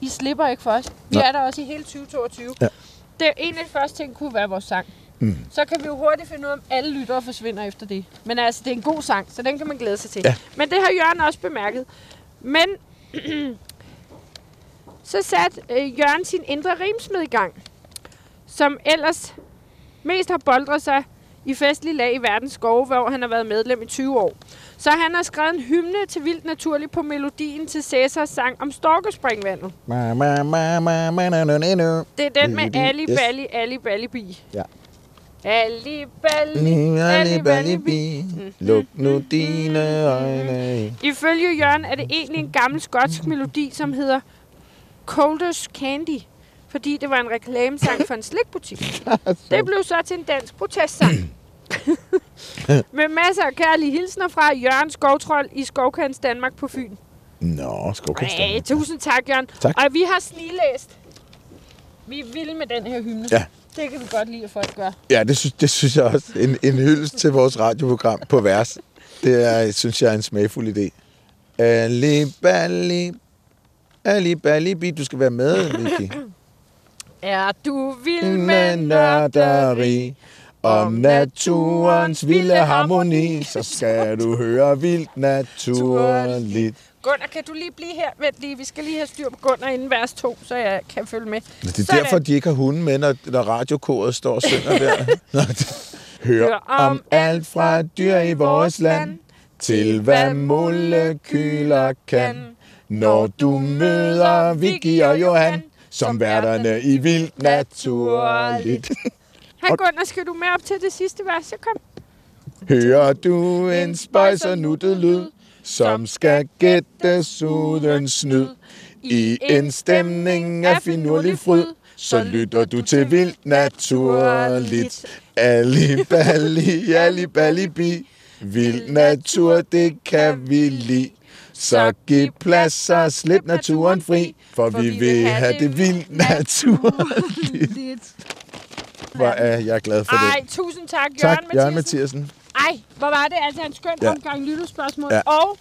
Speaker 2: I slipper ikke for os. Vi
Speaker 3: Nej.
Speaker 2: er der også i hele 2022.
Speaker 3: Ja.
Speaker 2: Det, en af de første ting kunne være vores sang så kan vi jo hurtigt finde ud af, om alle lyttere forsvinder efter det. Men altså, det er en god sang, så den kan man glæde sig til.
Speaker 3: Ja.
Speaker 2: Men det har Jørgen også bemærket. Men så satte øh, Jørgen sin indre rimsmed i gang, som ellers mest har boldret sig i festlig lag i verdens skove, hvor han har været medlem i 20 år. Så han har skrevet en hymne til Vildt Naturligt på melodien til Cæsars sang om storkespringvandet.
Speaker 3: Ma, ma, ma, ma, ma, na, na, na, na.
Speaker 2: Det er den med
Speaker 3: Melodi,
Speaker 2: Ali
Speaker 3: yes.
Speaker 2: Balli, Ali Balli Bi.
Speaker 3: Ja.
Speaker 2: Ali Balli, Ali Balli Bi.
Speaker 3: Ballibi, Luk nu dine øjne.
Speaker 2: Ifølge Jørgen er det egentlig en gammel skotsk melodi, som hedder Coldest Candy, fordi det var en reklamesang for en slikbutik. Det blev så til en dansk protestsang. Med masser af kærlige hilsner fra Jørgen Skovtrold i Skovkants Danmark på Fyn.
Speaker 3: Nå,
Speaker 2: Ej,
Speaker 3: skovkasterne.
Speaker 2: tusind tak, Jørgen.
Speaker 3: Tak.
Speaker 2: Og vi har sniglæst. Vi er vilde med den her hymne.
Speaker 3: Ja.
Speaker 2: Det kan vi godt lide, at folk gør.
Speaker 3: Ja, det synes, det synes jeg også. En, en hyldest til vores radioprogram på vers. Det er, synes jeg er en smagfuld idé. Ali Bali. Ali Bali Bi. Du skal være med, Vicky.
Speaker 2: Er du vild med
Speaker 3: Med nørderi om naturens vilde harmoni, så skal du høre vildt naturligt.
Speaker 2: Gunnar, kan du lige blive her? Vent lige, vi skal lige have styr på Gunnar inden vers 2, så jeg kan følge med.
Speaker 3: Men Det er Sådan. derfor, de ikke har hunden med, når, når radiokoret står og synger der. Nå, det- Hør om alt fra dyr i vores land, til hvad molekyler kan. Når du møder Vicky og Johan, som værterne i Vildt Naturligt.
Speaker 2: Hej Gunnar, skal du med op til det sidste vers? Så kom.
Speaker 3: Hører du en spøjs og nuttet lyd, som skal gættes uden snyd. I en stemning af finurlig fryd, så lytter du til vildt naturligt. Ali balli, ali balli bi. Vild natur, det kan vi lide. Så giv plads og slip naturen fri, for vi vil have det vildt naturligt. Hvor er jeg glad for
Speaker 2: Ej,
Speaker 3: det.
Speaker 2: tusind tak, Jørgen
Speaker 3: Tak, Jørgen
Speaker 2: Mathiasen.
Speaker 3: Mathiasen.
Speaker 2: Ej, hvor var det altså en skøn ja.
Speaker 3: Ja.
Speaker 2: omgang lytterspørgsmål ja.
Speaker 3: Ja.
Speaker 2: og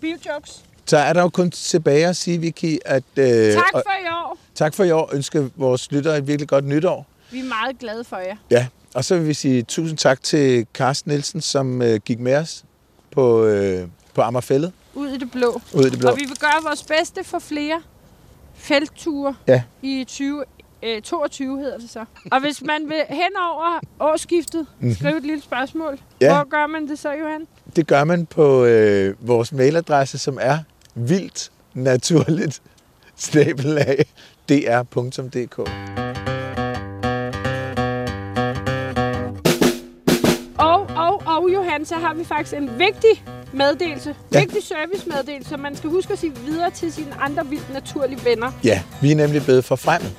Speaker 2: biljokes.
Speaker 3: Så er der jo kun tilbage at sige, Vicky, at... Øh,
Speaker 2: Tak
Speaker 3: og,
Speaker 2: for i år.
Speaker 3: tak for i år. Ønske vores lyttere et virkelig godt nytår.
Speaker 2: Vi er meget glade for jer.
Speaker 3: Ja, og så vil vi sige tusind tak til Carsten Nielsen, som øh, gik med os på, øh, på Amagerfællet.
Speaker 2: Ud i det blå.
Speaker 3: Ud i det blå.
Speaker 2: Og vi vil gøre vores bedste for flere feltture
Speaker 3: Ja.
Speaker 2: i 20, øh, 22 hedder det så. Og hvis man vil hen over årsskiftet, mm-hmm. skrive et lille spørgsmål.
Speaker 3: Mhm. Ja.
Speaker 2: Hvor gør man det så, Johan?
Speaker 3: Det gør man på øh, vores mailadresse, som er vildt naturligt snabelag dr.dk.
Speaker 2: Og, og, og Johan, så har vi faktisk en vigtig meddelelse.
Speaker 3: Ja.
Speaker 2: Ja. Vigtig servicemeddelelse, som man skal huske at sige videre til sine andre vildt naturlige venner.
Speaker 3: Ja, vi er nemlig blevet forfremmet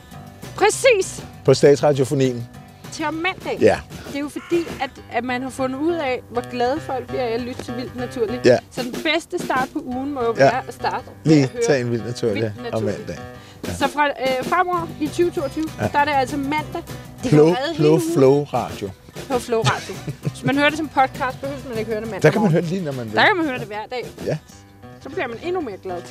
Speaker 2: Præcis
Speaker 3: på Statsradiofonien.
Speaker 2: til om mandag.
Speaker 3: Ja,
Speaker 2: Det er jo fordi, at, at man har fundet ud af, hvor glade folk bliver af at lytte til Vildt Naturligt.
Speaker 3: Ja.
Speaker 2: Så den bedste start på ugen må jo
Speaker 3: Ja.
Speaker 2: ja. være at starte med
Speaker 3: lige
Speaker 2: at høre.
Speaker 3: tag en vild naturlig
Speaker 2: Vildt
Speaker 3: om
Speaker 2: naturligt.
Speaker 3: mandag.
Speaker 2: Så fra øh, fremover i 2022, ja. der er det altså mandag. Det
Speaker 3: Flow,
Speaker 2: kan redde hele
Speaker 3: flow,
Speaker 2: ugen
Speaker 3: flow radio.
Speaker 2: på Flow Radio. Hvis man hører det som podcast, behøver man ikke høre det mandag
Speaker 3: Der kan
Speaker 2: morgen.
Speaker 3: man høre det lige, når man vil.
Speaker 2: Der kan man høre det hver dag.
Speaker 3: Ja.
Speaker 2: Så bliver man endnu mere glad.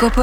Speaker 1: Gå på